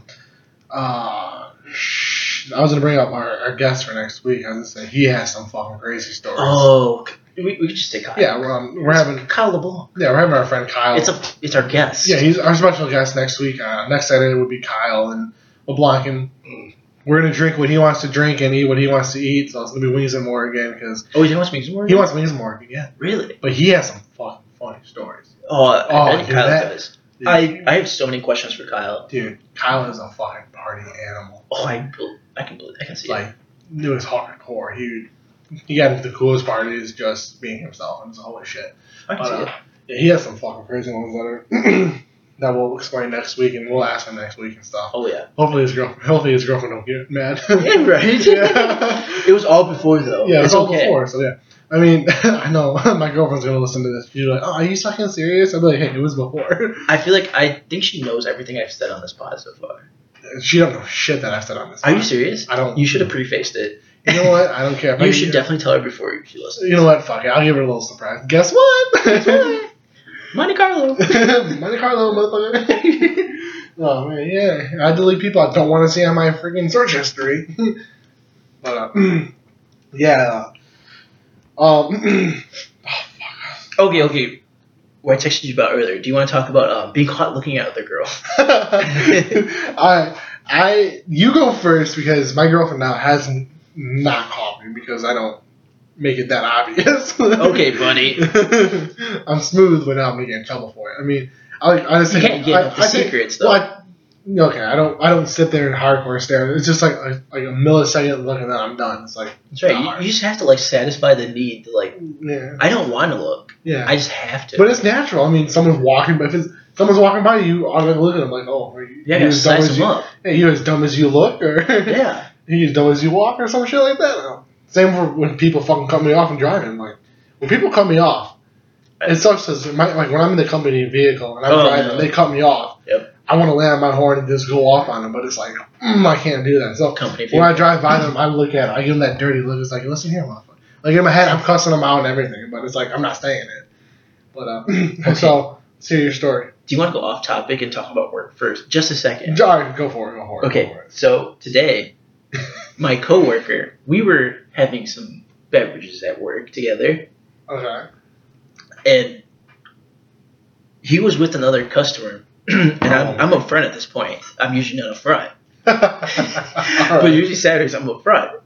S2: uh, sh- I was gonna bring up our, our guest for next week. I was gonna say he has some fucking crazy stories.
S1: Oh, we, we could just say Kyle.
S2: yeah, well, um, we're having
S1: Kyle LeBlanc.
S2: yeah we're having our friend Kyle.
S1: It's a it's our guest.
S2: yeah, he's our special guest next week. Uh, next Saturday would be Kyle and LeBlanc, and we're gonna drink what he wants to drink and eat what he wants to eat. So it's gonna be wings and more again because
S1: Oh, he wants me more.
S2: he wants wings and more again.
S1: really.
S2: But he has some fucking funny stories.
S1: Oh, I
S2: Oh,
S1: bet
S2: dude,
S1: Kyle
S2: that-
S1: does.
S2: Dude,
S1: I I have so many questions for Kyle.
S2: dude, Kyle is a fucking party animal.
S1: Oh, I bel- I can believe I can see it.
S2: like it was hardcore. He he got into the coolest part is just being himself and it's holy shit.
S1: I can
S2: But,
S1: see
S2: uh,
S1: it.
S2: yeah, he has some fucking crazy ones that are [CLEARS THROAT] that we'll explain next week and we'll ask him next week and stuff.
S1: Oh yeah.
S2: Hopefully his girl hopefully his girlfriend don't get mad.
S1: [LAUGHS] Yeah, right.
S2: [LAUGHS] yeah.
S1: It was all before though.
S2: Yeah, it
S1: it's
S2: was all
S1: okay.
S2: before, so yeah. I mean, [LAUGHS] I know my girlfriend's gonna listen to this. She's like, "Oh, are you fucking serious?" I'm like, "Hey, it was before." [LAUGHS]
S1: I feel like I think she knows everything I've said on this pod so far.
S2: She don't know shit that I've said on this.
S1: Are you
S2: podcast.
S1: serious?
S2: I don't.
S1: You should have prefaced it.
S2: You know what? I don't care. If I
S1: You should
S2: get-
S1: definitely tell her before she
S2: [LAUGHS]
S1: listens. [LAUGHS]
S2: You know what? Fuck it. I'll give her a little surprise. Guess what? [LAUGHS]
S1: Monte Carlo. [LAUGHS]
S2: Monte Carlo, motherfucker. oh man, yeah. I delete people I don't want to see on my freaking search history. [LAUGHS] but uh, [CLEARS THROAT] yeah. Um. [CLEARS THROAT] [LAUGHS]
S1: Okay, okay. What I texted you about earlier. Do you want to talk about um, being caught looking at other girls?
S2: I I you go first because my girlfriend now has n- not called me because I don't make it that obvious. [LAUGHS]
S1: Okay, buddy.
S2: I'm smooth, but now I'm gonna get in trouble for it. I mean, I honestly
S1: You can't give
S2: I,
S1: up the
S2: I think-
S1: secrets though.
S2: well, I, okay, I don't I don't sit there and hardcore stare. It's just like a, like a millisecond look and then I'm done. It's like
S1: That's right. You, you just have to like satisfy the need to like.
S2: yeah,
S1: I don't want to look.
S2: yeah.
S1: I just have to.
S2: but it's natural. I mean, someone's walking, but if it's, someone's walking by you, automatically look at them like, oh, are you,
S1: yeah,
S2: you
S1: you
S2: as dumb
S1: size them
S2: as you,
S1: up.
S2: hey, you as dumb as you look, or
S1: Yeah.
S2: you as dumb as you walk, or some shit like that. Same for when people fucking cut me off and driving. Like when people cut me off, it sucks because my, like when I'm in the company vehicle and I'm
S1: Oh,
S2: driving,
S1: no.
S2: they cut me off.
S1: Yep.
S2: I want to land my horn and just go off on them, but it's like mm, I can't do that. So
S1: [LAUGHS] Company.
S2: when I drive by them, I look at them, I give them that dirty look. It's like, listen here, motherfucker. Like in my head, I'm cussing them out and everything, but it's like I'm not saying it. But uh, [LAUGHS] so, serious story.
S1: Do you want to go off topic and talk about work first? Just a second.
S2: All right, go for it. Go for it. Go
S1: Okay,
S2: for it.
S1: so today, [LAUGHS] my coworker, we were having some beverages at work together,
S2: Okay. [LAUGHS]
S1: and he was with another customer. [CLEARS THROAT] and I'm, I'm up front at this point. I'm usually not up front,
S2: All
S1: but
S2: right.
S1: usually Saturdays I'm up front.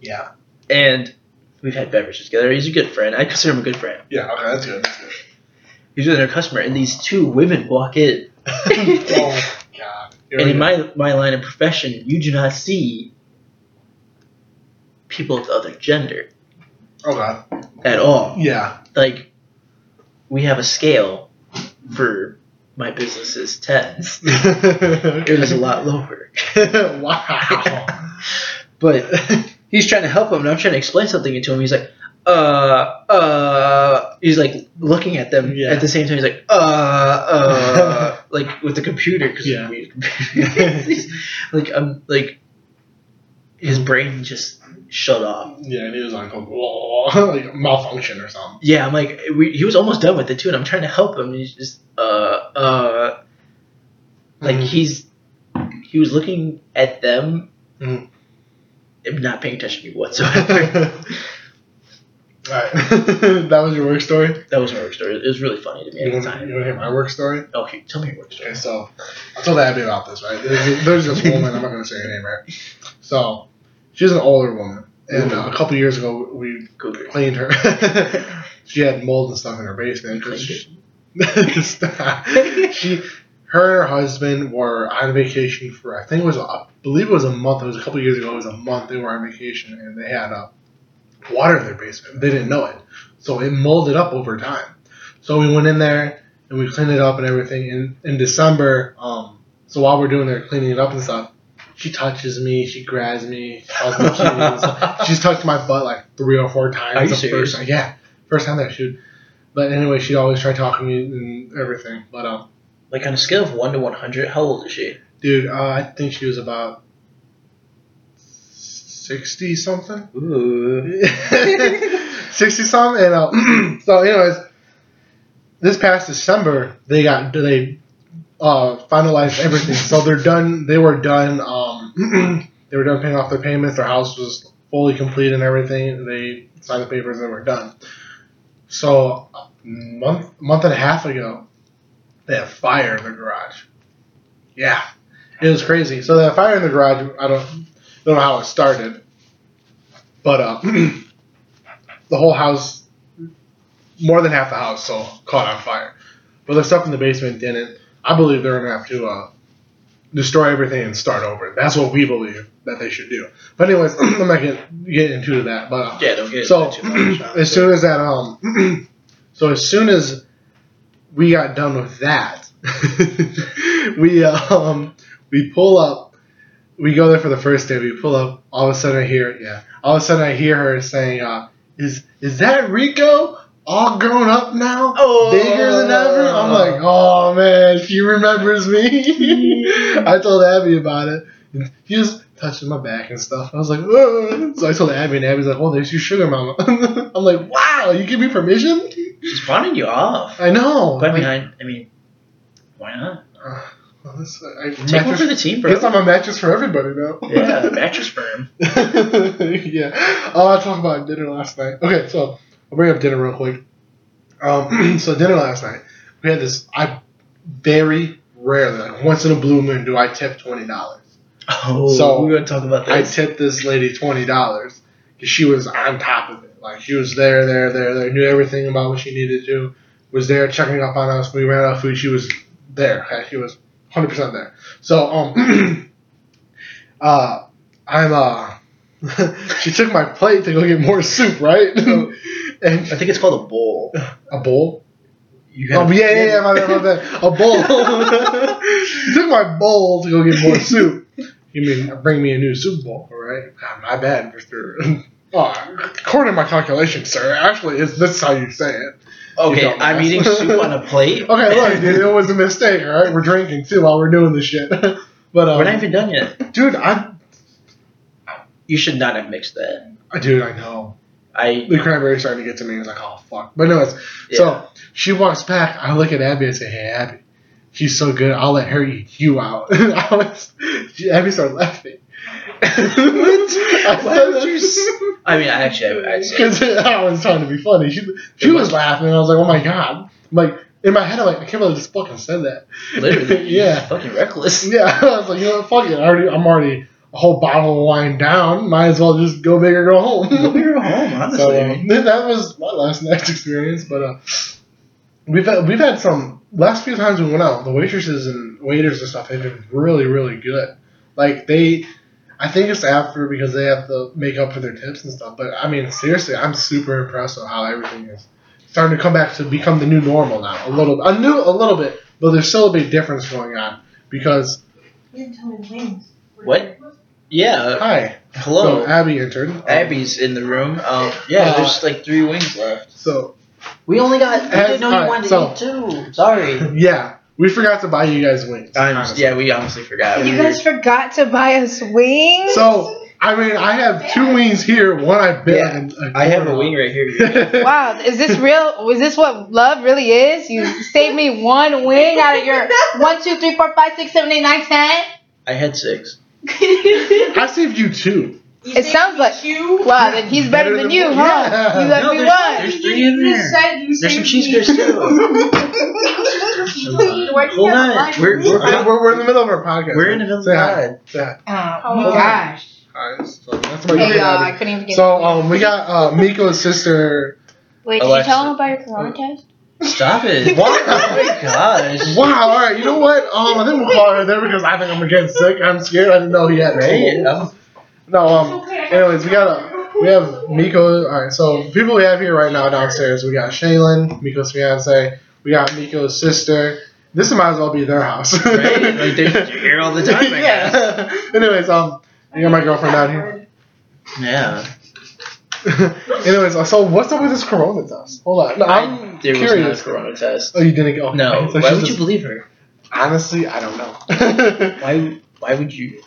S2: yeah.
S1: And we've had beverages together. He's a good friend. I consider him a good friend.
S2: Yeah. Okay, that's good. That's good.
S1: He's with another customer, and these two women walk in. [LAUGHS]
S2: oh my god. Here
S1: And
S2: we
S1: in
S2: go.
S1: my my line of profession, you do not see people of the other gender
S2: oh god.
S1: at all.
S2: Yeah.
S1: like we have a scale for my business's tens. It
S2: [LAUGHS]
S1: was a lot lower.
S2: wow.
S1: But he's trying to help him and I'm trying to explain something to him. He's like, uh uh he's like looking at them
S2: Yeah.
S1: at the same time he's like uh uh
S2: [LAUGHS]
S1: like with the computer because
S2: Yeah.
S1: we use computers. [LAUGHS] like I'm like his brain just shut off.
S2: yeah, and he was like, [LAUGHS] like malfunction or something.
S1: Yeah, I'm like we, he was almost done with it too and I'm trying to help him and he's just uh uh Like
S2: Mm. [LAUGHS]
S1: he's he was looking at them,
S2: Mhm.
S1: and not paying attention to me whatsoever. [LAUGHS]
S2: Alright. [LAUGHS] that was your work story?
S1: that was my work story. It was really funny to me
S2: you
S1: at the
S2: wanna-
S1: time.
S2: you want to hear my work story?
S1: Okay, tell me your work story.
S2: Okay, so I told Abby about this, right? There's, there's this woman, I'm not going to say her name, right? So she's an older woman. And uh, a couple years ago, we [LAUGHS]
S1: Cougar.
S2: cleaned her. she had mold and stuff in her basement. 'cause she, Stop. [LAUGHS] she, her and her husband were on vacation for I think it was a, I believe it was a month. It was a couple years ago. It was a month they were on vacation and they had uh, water in their basement. They didn't know it, so it molded up over time. So we went in there and we cleaned it up and everything. And in December, um, so while we're doing there cleaning it up and stuff, she touches me. She grabs me. She tells me
S1: [LAUGHS]
S2: she needs She's touched my butt like three or four times.
S1: Are you
S2: the
S1: serious?
S2: First time. Yeah, first time that shoot. But anyway, she'd always try talking to me and everything. But um,
S1: like on a scale of one to one hundred, how old is she?
S2: dude, uh, I think she was about sixty something. [LAUGHS]
S1: Ooh.
S2: sixty something, and uh, [CLEARS THROAT] so anyways, this past December they got they uh, finalized everything. so they're done. They were done. Um, [CLEARS THROAT] they were done paying off their payments. Their house was fully complete and everything. They signed the papers and were done. So a month month and a half ago, they had a fire in their garage. Yeah, it was crazy. So that fire in the garage, I don't don't know how it started, but uh, [CLEARS THROAT] the whole house, more than half the house, so caught on fire. But the stuff in the basement didn't. I believe they're gonna have to uh, destroy everything and start over. That's what we believe that they should do. But anyways, [CLEARS THROAT] I'm not getting getting into that. But uh,
S1: Yeah, don't get
S2: so
S1: into too
S2: [CLEARS THROAT]
S1: much.
S2: as soon as that um, [CLEARS THROAT] so as soon as we got done with that, [LAUGHS] we um we pull up, we go there for the first day. We pull up. All of a sudden, I hear yeah. All of a sudden, I hear her saying, uh, "Is is that Rico?" All grown up now,
S1: Oh.
S2: bigger than ever. I'm like, oh man, she remembers me. I told Abby about it. And he was touching my back and stuff. I was like, Whoa. so I told Abby, and Abby's like, "Oh, there's your sugar mama." [LAUGHS] I'm like, "Wow, you give me permission?"
S1: She's running you off.
S2: I know.
S1: But I mean,
S2: Like,
S1: I, I mean, why not?
S2: oh, this- I,
S1: Take one for
S2: mattress,
S1: the team,
S2: guess
S1: bro.
S2: I'm a mattress for everybody now.
S1: Yeah, mattress firm.
S2: [LAUGHS] yeah. Oh, I talked about dinner last night. Okay, so I'll bring up dinner real quick. Um, [CLEARS THROAT] so dinner last night, we had this. I very rarely, like once in a blue moon, do I tip twenty dollars.
S1: Oh,
S2: So,
S1: we're gonna talk about
S2: I
S1: this.
S2: tipped this lady twenty dollars because she was on top of it. Like she was there, there, there, there, knew everything about what she needed to, was there checking up on us. We ran out of food. She was there. Okay? She was 100% there. So, um, [CLEARS THROAT] uh, I'm, uh, [LAUGHS] she took my plate to go get more soup, right? [LAUGHS] and
S1: I think it's called a bowl.
S2: a bowl.
S1: You
S2: Oh yeah, yeah, yeah,
S1: [LAUGHS]
S2: my bad, my bad. [LAUGHS] A bowl. she took my bowl to go get more soup. You mean bring me a new soup bowl, all right? Ah, my bad, Mister. [LAUGHS] Oh, according to my calculations, sir, actually, is this how you say it?
S1: Okay,
S2: You don't
S1: I'm
S2: mess.
S1: eating soup on a plate.
S2: [LAUGHS] Okay, look, dude, it was a mistake, all right? We're drinking too while we're doing this shit. [LAUGHS] But um,
S1: [LAUGHS] We're not even done yet.
S2: dude, I,
S1: You should not have mixed that.
S2: I, dude, I know
S1: I
S2: the cranberry started to get to me. I was like, oh fuck. But anyways,
S1: yeah.
S2: So she walks back. I look at Abby and say, "Hey, Abby, she's so good. I'll let her eat you out." [LAUGHS] I was, she, Abby started laughing. [LAUGHS] I
S1: Why
S2: said
S1: would you s-
S2: that-
S1: I mean, I actually,
S2: [LAUGHS]
S1: I, I'd say-
S2: 'Cause I was trying to be funny. She, she
S1: It
S2: was
S1: was-
S2: laughing. I was like, "Oh my god!" I'm like in my head, I'm like, "I can't believe I just fucking said that." [LAUGHS]
S1: literally,
S2: Yeah.
S1: fucking reckless.
S2: Yeah, I was like, "You know, what, fuck it. I already, I'm already a whole bottle of wine down. Might as well just go big or
S1: [LAUGHS]
S2: go [LAUGHS] home."
S1: You're home, honestly.
S2: So um, [LAUGHS] that was my last night's experience, but uh, we've had, we've had some last few times we went out. The waitresses and waiters and stuff have been really really good. Like they, I think it's after because they have to make up for their tips and stuff. But I mean seriously, I'm super impressed with how everything is starting to come back to become the new normal now. A little, I knew a little bit, but there's still a big difference going on because
S3: You didn't tell me wings.
S1: What? yeah.
S2: hi, so
S1: Hello.
S2: Abby entered. Um,
S1: Abby's in the room. Um, yeah,
S2: Uh,
S1: there's like three wings
S2: [LAUGHS]
S1: left.
S2: So
S1: We only got.
S2: I didn't know you Alright, wanted to so- eat
S1: two. Sorry.
S2: yeah, we forgot to buy you guys wings.
S1: I'm,
S2: honestly.
S1: yeah, we honestly forgot.
S3: You
S1: We
S3: guys forgot to buy us wings?
S2: So I mean, I have two wings here. One I bit.
S1: Yeah, were- I have a
S2: [LAUGHS]
S1: wing right here.
S3: Wow, is this real? Is this what love really is? You saved me one wing out
S2: [LAUGHS]
S3: of your one, two, three, four, five, six, seven, eight, nine, ten.
S1: I had six.
S2: I saved you two.
S3: It sounds like you. Wow, then he's better,
S2: Better
S3: than,
S2: than
S3: you,
S2: me.
S3: huh?
S2: Yeah.
S3: You left
S1: No,
S3: me
S1: there's-
S3: one.
S1: there's three in there. There's some cheese curds too. Hold on. We're, we're,
S2: We're,
S1: we're,
S2: we're, we're in the middle of our podcast.
S1: Uh-huh. we're in the middle of
S2: Say hi.
S1: the
S2: Say hi.
S3: Oh
S2: Hold
S3: my
S2: on.
S3: gosh.
S2: Alright, so that's my
S3: Hey,
S2: hey,
S3: uh, I couldn't even get.
S2: So um, we got uh, Miko's sister.
S3: [LAUGHS] Wait,
S1: did you Alexa. tell him
S3: about your
S2: corona
S3: test?
S1: Oh, Stop
S3: [LAUGHS]
S1: it. Oh
S2: Wow.
S1: my gosh.
S2: wow. All right. You know what? Um, I think we'll call her there because I think I'm getting sick. I'm scared. I didn't know he had
S1: Right?
S2: it.
S1: Um,
S2: No. Um. Anyways, we got uh, we have Miko. All right. So people we have here right now downstairs. We got Shaylin, Miko's fiance. We got Miko's sister. This might as well be their house.
S1: right? Like,
S2: [LAUGHS]
S1: they're you're here all the time, I guess.
S2: yeah. [LAUGHS] Anyways, um, you got my girlfriend down here.
S1: Yeah.
S2: Anyways, uh, so what's up with this corona test? Hold on, no, I'm
S1: there was
S2: curious.
S1: no corona test.
S2: oh, you didn't go.
S1: No. Why
S2: So she's
S1: would you
S2: just-
S1: believe her?
S2: honestly, I don't know. [LAUGHS]
S1: Why Why would you?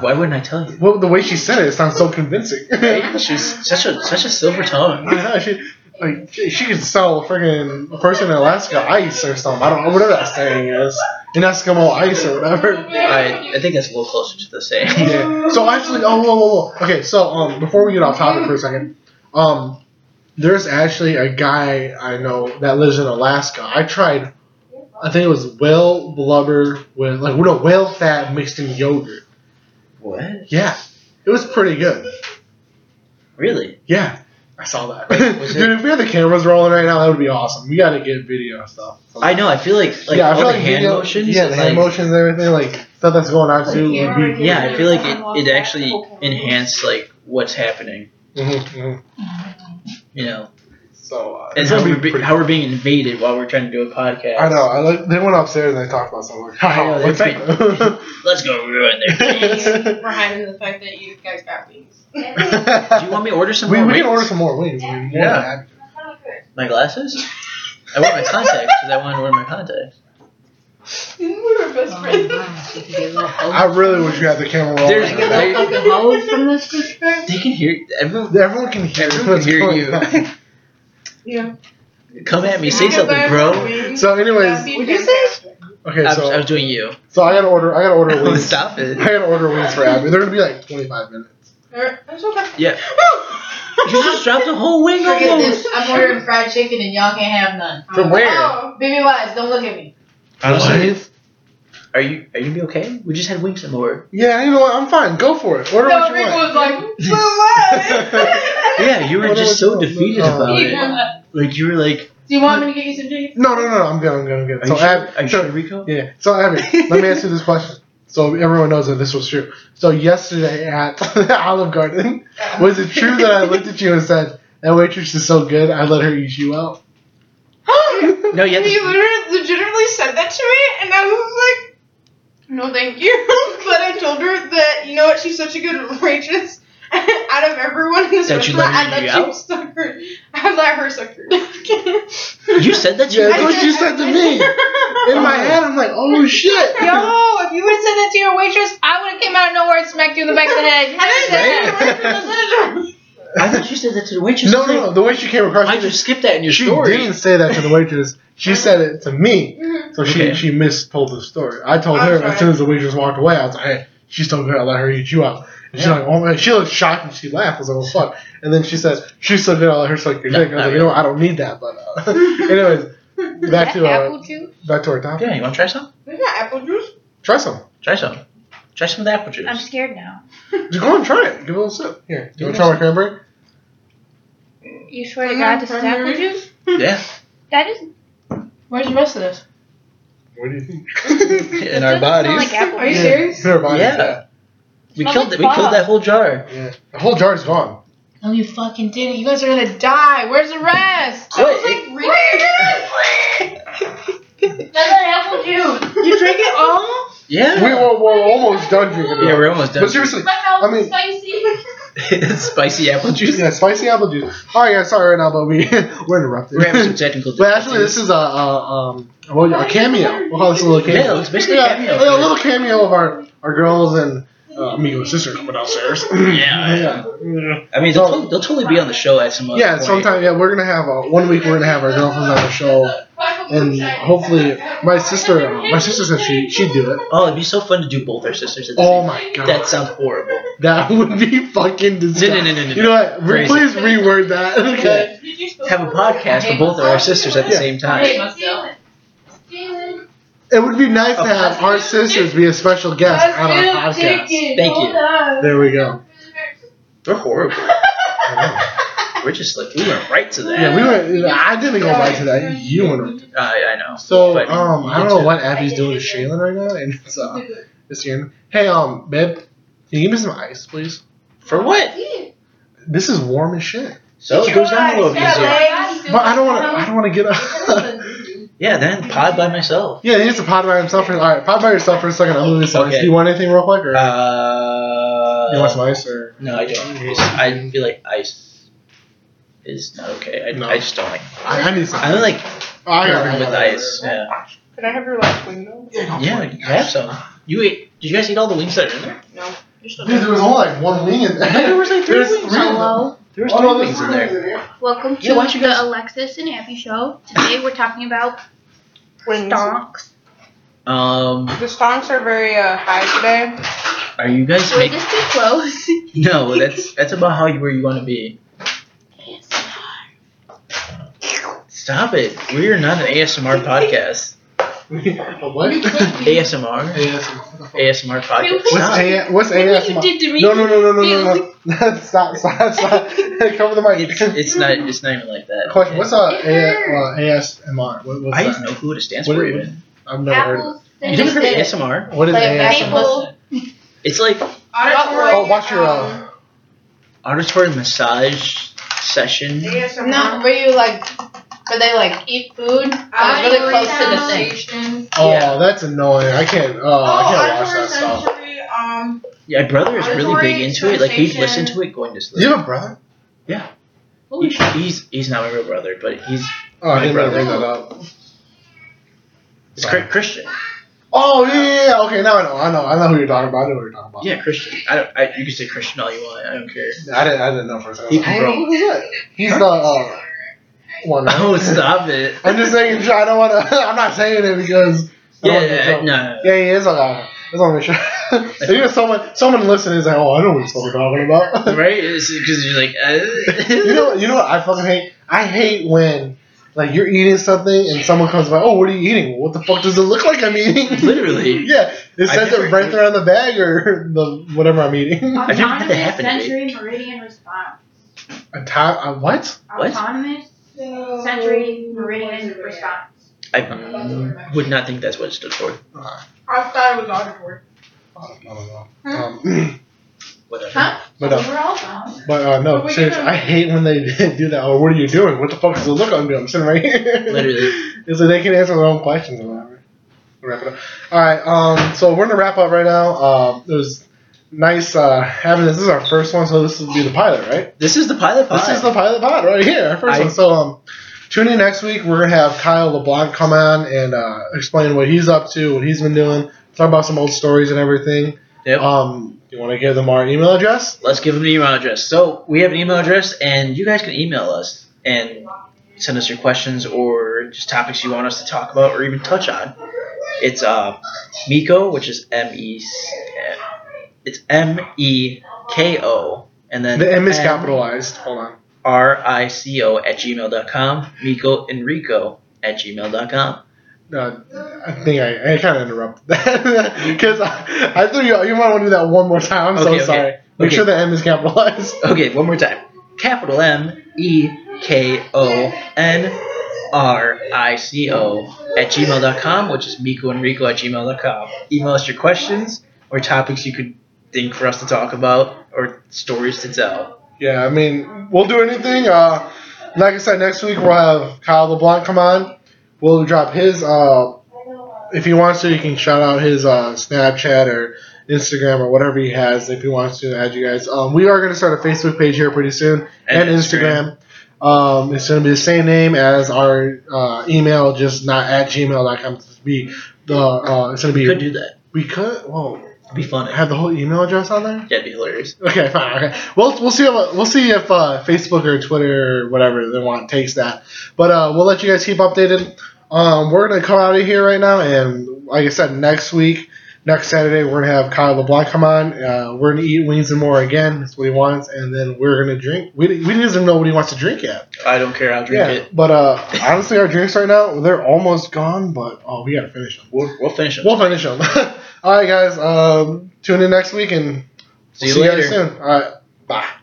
S1: Why wouldn't I tell you?
S2: well, the way she said it, it sounds so convincing. [LAUGHS] I
S1: Right? She's such a such a silver tongue.
S2: know she, like she, she could sell friggin' a person in Alaska ice or something. I don't know whatever that saying is, an Eskimo ice or whatever.
S1: I I think that's a little closer to the same.
S2: [LAUGHS] Yeah. So actually, oh, whoa, whoa, whoa. Okay, so um, before we get off topic for a second, um, there's actually a guy I know that lives in Alaska. I tried, I think it was whale blubber with like with a whale fat mixed in yogurt.
S1: What?
S2: Yeah, it was pretty good.
S1: Really?
S2: Yeah, I saw [LAUGHS] that.
S1: was it-
S2: Dude, if we had the cameras rolling right now, that would be awesome. We gotta get video stuff.
S1: I know. I feel like like
S2: yeah, I
S1: all
S2: feel
S1: the
S2: like
S1: hand
S2: video,
S1: motions.
S2: Yeah, the hand
S1: like-
S2: motions and everything, like stuff that's going on too. would be-
S1: Yeah, I feel like it, it actually enhanced like what's happening.
S2: Mhm, mhm.
S1: You know,
S2: So uh,
S1: and
S2: it's
S1: how
S2: gonna be
S1: we're, be,
S2: pretty
S1: how we're being invaded while we're trying to do a podcast.
S2: I know. I like they went upstairs and they talked about something. Like,
S1: I know,
S2: "Oh,
S1: they're
S2: what's that?"
S1: Let's go ruin their day.
S4: We're hiding the fact that you guys got wings.
S1: [LAUGHS] Do you want me to order some
S2: [LAUGHS] we,
S1: more
S2: we can
S1: wings?
S2: order some more wings. We're more
S1: Yeah.
S2: than happy.
S1: My glasses? I want my contacts because I want to wear my contacts.
S4: we were best friends.
S2: I really wish we had the camera rolling.
S1: There's-
S2: right now.
S3: from this picture?
S1: They can hear everyone.
S2: Everyone can hear,
S1: Everyone
S2: what's
S1: can hear
S2: going
S1: you.
S2: on.
S4: Yeah.
S1: Come at me, say something, bro.
S2: So, anyways,
S3: Would you say?
S1: I
S2: okay,
S1: was, I was
S2: so
S1: doing you.
S2: so I gotta order. I gotta order wings.
S1: [LAUGHS] Stop
S2: I [LAUGHS]
S1: it.
S2: gotta order wings for Abby. They're gonna be like 25 minutes.
S4: That's okay.
S1: Yeah. You
S4: Yeah.
S1: just dropped a whole wing
S5: Forget
S1: almost.
S5: this. I'm ordering fried chicken and y'all can't have none.
S2: From where?
S4: Oh,
S5: Baby Wise, don't look at me.
S1: Honestly,
S2: What?
S1: are Are you are you gonna be okay? We just had wings some more.
S2: Yeah, you know what? I'm fine. Go for it. Order
S4: No,
S2: what you
S4: Rick
S2: want.
S4: was like, but
S2: [LAUGHS]
S4: what?
S1: Yeah, you were
S2: What
S1: just
S2: was
S1: so
S2: that?
S1: defeated
S2: Oh,
S1: about
S2: yeah.
S1: it. Like you were like,
S4: Do you want me to get you some drinks?
S2: No, no, no. I'm good. I'm good. I'm good.
S1: are
S2: So,
S1: you sure?
S2: Ab-
S1: Are you
S2: so-
S1: sure, Rico?
S2: Yeah. So Abby, let me ask you this question. So everyone knows that this was true. So yesterday at [LAUGHS] Olive Garden, was it true that I looked at you and said, "That waitress is so good, I let her eat you out"?
S1: No, you
S4: And
S1: had
S2: [LAUGHS]
S4: he
S1: to,
S4: literally legitimately said that to me, and I was like, no, thank you. [LAUGHS] but I told her that, you know what, she's such a good waitress. [LAUGHS] out of everyone in this
S1: That you
S4: restaurant,
S1: let her
S4: I let
S1: eat
S4: you
S1: you out?
S4: suck her. I let her suck [LAUGHS] her.
S1: you said that.
S2: Yeah,
S1: You
S2: That's what you said to
S4: [LAUGHS]
S2: me. In my head, I'm like, "Oh shit!"
S3: Yo, if you would have said that to your waitress, I would have came out of nowhere and smacked you in the back of the head. You
S4: [LAUGHS] I didn't
S3: never
S4: say
S3: said that.
S1: I thought you said that to the waitress.
S2: No, no,
S1: I
S2: no. The way she came
S1: was like,
S2: across,
S1: I
S2: it,
S1: just skipped that in your
S2: she
S1: story.
S2: didn't say that to the waitress. She said it to me. So she
S1: Okay.
S2: she mistold the story. I told
S4: Mm-hmm. I'm
S2: her
S4: sorry.
S2: as soon as the waitress walked away, I was like, "Hey, she's so good, I let her eat you out." And she's
S1: Yeah.
S2: like, "Oh man," she looked shocked and she laughed. I was like, "Oh fuck!" And then she says, "She's so good, I let her suck your
S1: No,
S2: dick." I was
S1: not
S2: like, "You know, what? I don't need that." But uh, [LAUGHS] anyways, [LAUGHS] back to uh,
S3: apple juice?
S2: back to our topic.
S1: Yeah, you want to try some?
S4: There's not apple juice.
S2: Try some.
S1: Try some. Try some of the apple juice.
S3: I'm scared now.
S2: Just go and try it. Give it a little sip. Here,
S1: Yeah,
S2: you want to try my cranberry?
S3: You swear to God, this is apple juice?
S1: [LAUGHS] yeah,
S3: That is.
S4: Where's the rest of this?
S2: What do you think?
S1: in our bodies.
S3: Like
S4: [LAUGHS]
S3: apple
S4: Are you
S3: juice.
S4: serious?
S2: Her body,
S1: Yeah.
S2: yeah.
S1: we
S3: Smell
S1: killed
S3: like
S1: it. We killed
S3: fog.
S1: that whole jar.
S2: yeah. The whole jar is gone.
S4: No, you fucking didn't. You guys are gonna die. Where's the rest? I was
S1: Wait.
S4: like, really?
S3: That's an apple juice.
S4: you drink it all?
S1: Yeah.
S2: We were, we're almost done drinking.
S1: yeah,
S2: it.
S1: we're almost done.
S2: but seriously, I mean-
S3: spicy.
S1: it's [LAUGHS] spicy apple juice.
S2: yeah, spicy apple juice. All right, guys, sorry right now, but we [LAUGHS] we're interrupted.
S1: We're having some technical
S2: [LAUGHS] But actually, this
S1: difficulties.
S2: is a, a um a, what- a cameo. We'll call this a little cameo.
S1: Yeah, it's basically a
S2: Yeah,
S1: cameo.
S2: yeah, a little cameo of our, our girls and uh, amigo and sister
S1: [LAUGHS]
S2: coming downstairs.
S1: Yeah.
S2: yeah.
S1: I mean, they'll,
S2: So-
S1: to- they'll totally be on the show at some other
S2: Yeah,
S1: point.
S2: sometime. Yeah, we're gonna have uh, one week. We're gonna have our girlfriends on the show, and hopefully, my sister. Uh, my sister said she she'd do it.
S1: Oh, it'd be so fun to do both our sisters. At the
S2: Oh
S1: same-
S2: my god,
S1: That sounds horrible.
S2: that would
S1: [LAUGHS]
S2: be fucking
S1: No, no,
S2: disgusting.
S1: no, no, no.
S2: You know what? Re-
S1: Crazy.
S2: please reword that. [LAUGHS] Okay.
S1: Have a podcast for both of our sisters at the
S2: Yeah.
S1: same
S4: I hate
S1: time.
S4: myself.
S2: It would be
S1: Oh.
S2: nice to have our sisters be a special guest on our podcast.
S1: Thank you.
S2: There we go.
S1: They're horrible.
S2: Yeah,
S1: We're just like, we went right to that.
S2: we went. I didn't go right to that. You went right.
S1: I, I know.
S2: So
S1: But
S2: um,
S1: you
S2: I don't
S1: get
S2: know
S1: to-
S2: what Abby's
S3: I
S2: doing to
S3: did it.
S2: Shaylin right now, and it's uh, it's here. Hey um, babe, can you give me some ice, please?
S1: For what?
S2: This is warm as shit.
S1: So it goes down a little
S4: Yeah,
S1: easier.
S2: But I don't want to. I don't want to get up. [LAUGHS]
S1: Yeah, then pod by myself.
S2: yeah, he needs to pod by himself for. All right, pod by yourself for a second. I'm gonna this ice.
S1: Okay.
S2: Do you want anything real quick, or
S1: Uh,
S2: you want some ice, or
S1: No, I don't. It's- I feel like ice is not okay. I,
S2: No.
S1: I just don't like.
S2: I, I need some.
S1: I don't like
S2: Oh, I got it, I
S1: covering with
S2: got it.
S1: ice. Yeah.
S4: Can I have your last window?
S2: Yeah, go
S1: Yeah,
S2: for it.
S1: you have some. You ate? Did you guys eat all the wings that are in there?
S4: No. You're still
S2: Dude, there was only like one wing in [LAUGHS] there.
S1: there was like three
S2: There's
S1: wings.
S2: three of them.
S1: There was
S2: Oh,
S1: three
S2: no, there's
S1: wings in
S2: three
S1: there.
S2: wings in [LAUGHS] there.
S5: Welcome to
S1: Yeah, why don't you guys-
S5: the Alexis and Abby show. Today we're talking about
S4: Wings.
S5: stonks.
S1: Um,
S4: The stonks are very uh, high today.
S1: are you guys
S5: Was
S1: making?
S5: this too close?
S1: No, that's that's about how you where you want to be. Stop it! We are not an ASMR podcast.
S2: A what?
S1: ASMR,
S2: ASMR.
S1: ASMR podcast.
S2: What's
S1: Stop.
S2: A- what's ASMR?
S5: did to me.
S2: No, no, no, no, no, no, no. [LAUGHS] stop, stop, stop. [LAUGHS] Cover the mic. [LAUGHS]
S1: It's it's not it's not even like that.
S2: Question, what's a,
S5: It
S2: a, uh,
S5: hurts.
S2: ASMR? What, what's
S1: I
S2: that?
S1: don't know who it stands
S2: What-
S1: for
S2: what-
S1: even.
S2: I've never heard of
S5: Apples.
S1: You never heard of
S5: Cinnamon.
S1: ASMR?
S2: it. What is
S3: Like
S2: ASMR?
S5: Maple.
S1: [LAUGHS] It's like
S4: Auditory,
S2: Oh, watch your, uh,
S4: um,
S1: auditory massage session.
S4: ASMR.
S3: No, were you like, were they like eat food? I was really close to the thing.
S4: thing.
S1: yeah.
S2: oh, that's annoying. I can't, oh,
S4: Oh,
S2: I can't watch
S4: auditory
S2: that stuff.
S4: sensory, um,
S1: Yeah, my brother is really
S4: Auditory
S1: big into it. Like he'd
S4: sensation.
S1: listen to it going to sleep.
S2: Do you have a brother?
S1: He- he's he's not my real brother, but he's
S2: Oh, I
S1: My
S2: didn't
S1: brother.
S2: want to bring that up.
S1: it's Chri- Christian.
S2: Oh, yeah, yeah, yeah, okay, now I know, I know, I know who you're talking about, I know who you're talking about.
S1: Yeah, Christian. I don't. I, you can say Christian all you want. I don't
S2: [LAUGHS]
S1: care.
S2: I didn't, I didn't know for a second.
S1: He
S2: I was like,
S1: can grow.
S2: "Who was that?" He's the, uh, one. right?
S1: Oh, stop it.
S2: [LAUGHS] I'm just saying, I don't want to, [LAUGHS] I'm not saying it because. I
S1: Yeah,
S2: don't wanna get
S1: yeah,
S2: trouble.
S1: no.
S2: Yeah, yeah, it's all right. It's all right. [LAUGHS] If you have someone, someone listening is like, oh, I know what he's fucking talking about. [LAUGHS]
S1: Right? Because you're like,
S2: you
S1: uh, [LAUGHS]
S2: know, you know what I fucking hate. I hate when Like you're eating something and someone comes by, oh, what are you eating? Well, what the fuck does it look like I'm eating? [LAUGHS]
S1: Literally.
S2: yeah, it
S1: I've
S2: says
S1: never-
S2: it right there on the bag or [LAUGHS] the whatever I'm eating.
S1: I've never had that
S5: Autonomous
S1: happen to me.
S5: sensory meridian response.
S2: [LAUGHS] A top, a what?
S1: What?
S5: Autonomous
S4: um,
S5: sensory meridian response.
S1: I would not think that's what it stood for.
S2: Uh,
S4: I thought it was auditory.
S2: I don't know.
S4: Huh?
S2: Um,
S1: Whatever.
S5: Huh?
S2: but
S5: we
S2: uh,
S5: were all wrong.
S2: but uh,
S4: But
S2: no,
S4: we
S2: seriously,
S4: can-
S2: I hate when they [LAUGHS] do that. Or what are you doing? What the fuck does it look like? I'm sitting right here.
S1: Literally.
S2: [LAUGHS] Is that they can answer their own questions or whatever. Wrap it up. All right. Um. So we're gonna wrap up right now. Um. It was nice uh, having this. This is our first one, so this will be the pilot, right?
S1: This is the pilot pod.
S2: This is the pilot pod right here. Our first
S1: I-
S2: one. So um, tune in next week. We're gonna have Kyle LeBlanc come on and uh, explain what he's up to, what he's been doing, talk about some old stories and everything.
S1: Yep.
S2: Um. You want to give them our email address?
S1: Let's give them the email address. So we have an email address, and you guys can email us and send us your questions or just topics you want us to talk about or even touch on. It's uh, Miko, which is M E. It's M E K O, and then
S2: The M is
S1: M-
S2: capitalized. Hold on.
S1: R I C O at gmail.com. Miko Enrico at gmail.com.
S2: Uh, I think I, I kind of interrupted [LAUGHS] that because I, I threw you. You might want to do that one more time. I'm
S1: Okay, okay.
S2: so sorry. Make
S1: Okay.
S2: sure the M is capitalized. [LAUGHS]
S1: Okay, one more time. Capital M E K O N R I C O at gmail.com, which is Miko Enrico at gmail.com. Email us your questions or topics you could think for us to talk about or stories to tell.
S2: Yeah, I mean, we'll do anything. Uh, like I said, next week we'll have Kyle LeBlanc come on. We'll drop his. Uh, if he wants to, he can shout out his uh, Snapchat or Instagram or whatever he has. If he wants to add you guys, um, we are going to start a Facebook page here pretty soon and, Instagram. Um, it's going to be the same name as our uh, email, just not at gmail.com. It's gonna be the uh, it's going
S1: We
S2: to
S1: could
S2: be
S1: do that.
S2: we could whoa
S1: It'd be funny.
S2: have the whole email address on there.
S1: That'd be hilarious.
S2: Okay, fine. Okay, we'll we'll see if, we'll see if uh, Facebook or Twitter or whatever they want takes that. But uh, we'll let you guys keep updated. Um, we're gonna come out of here right now, and like I said, next week, next Saturday, we're gonna have Kyle LeBlanc come on. Uh, we're gonna eat wings and more again. That's what he wants, and then we're gonna drink. We we didn't even know what he wants to drink yet.
S1: I don't care. I'll drink
S2: yeah,
S1: it.
S2: but uh, honestly, our drinks right now they're almost gone. But oh, we gotta finish them.
S1: We'll, we'll finish it.
S2: We'll finish [LAUGHS] them. All right, guys. Um, tune in next week, and
S1: see you
S2: see
S1: later.
S2: you guys soon. All right, bye.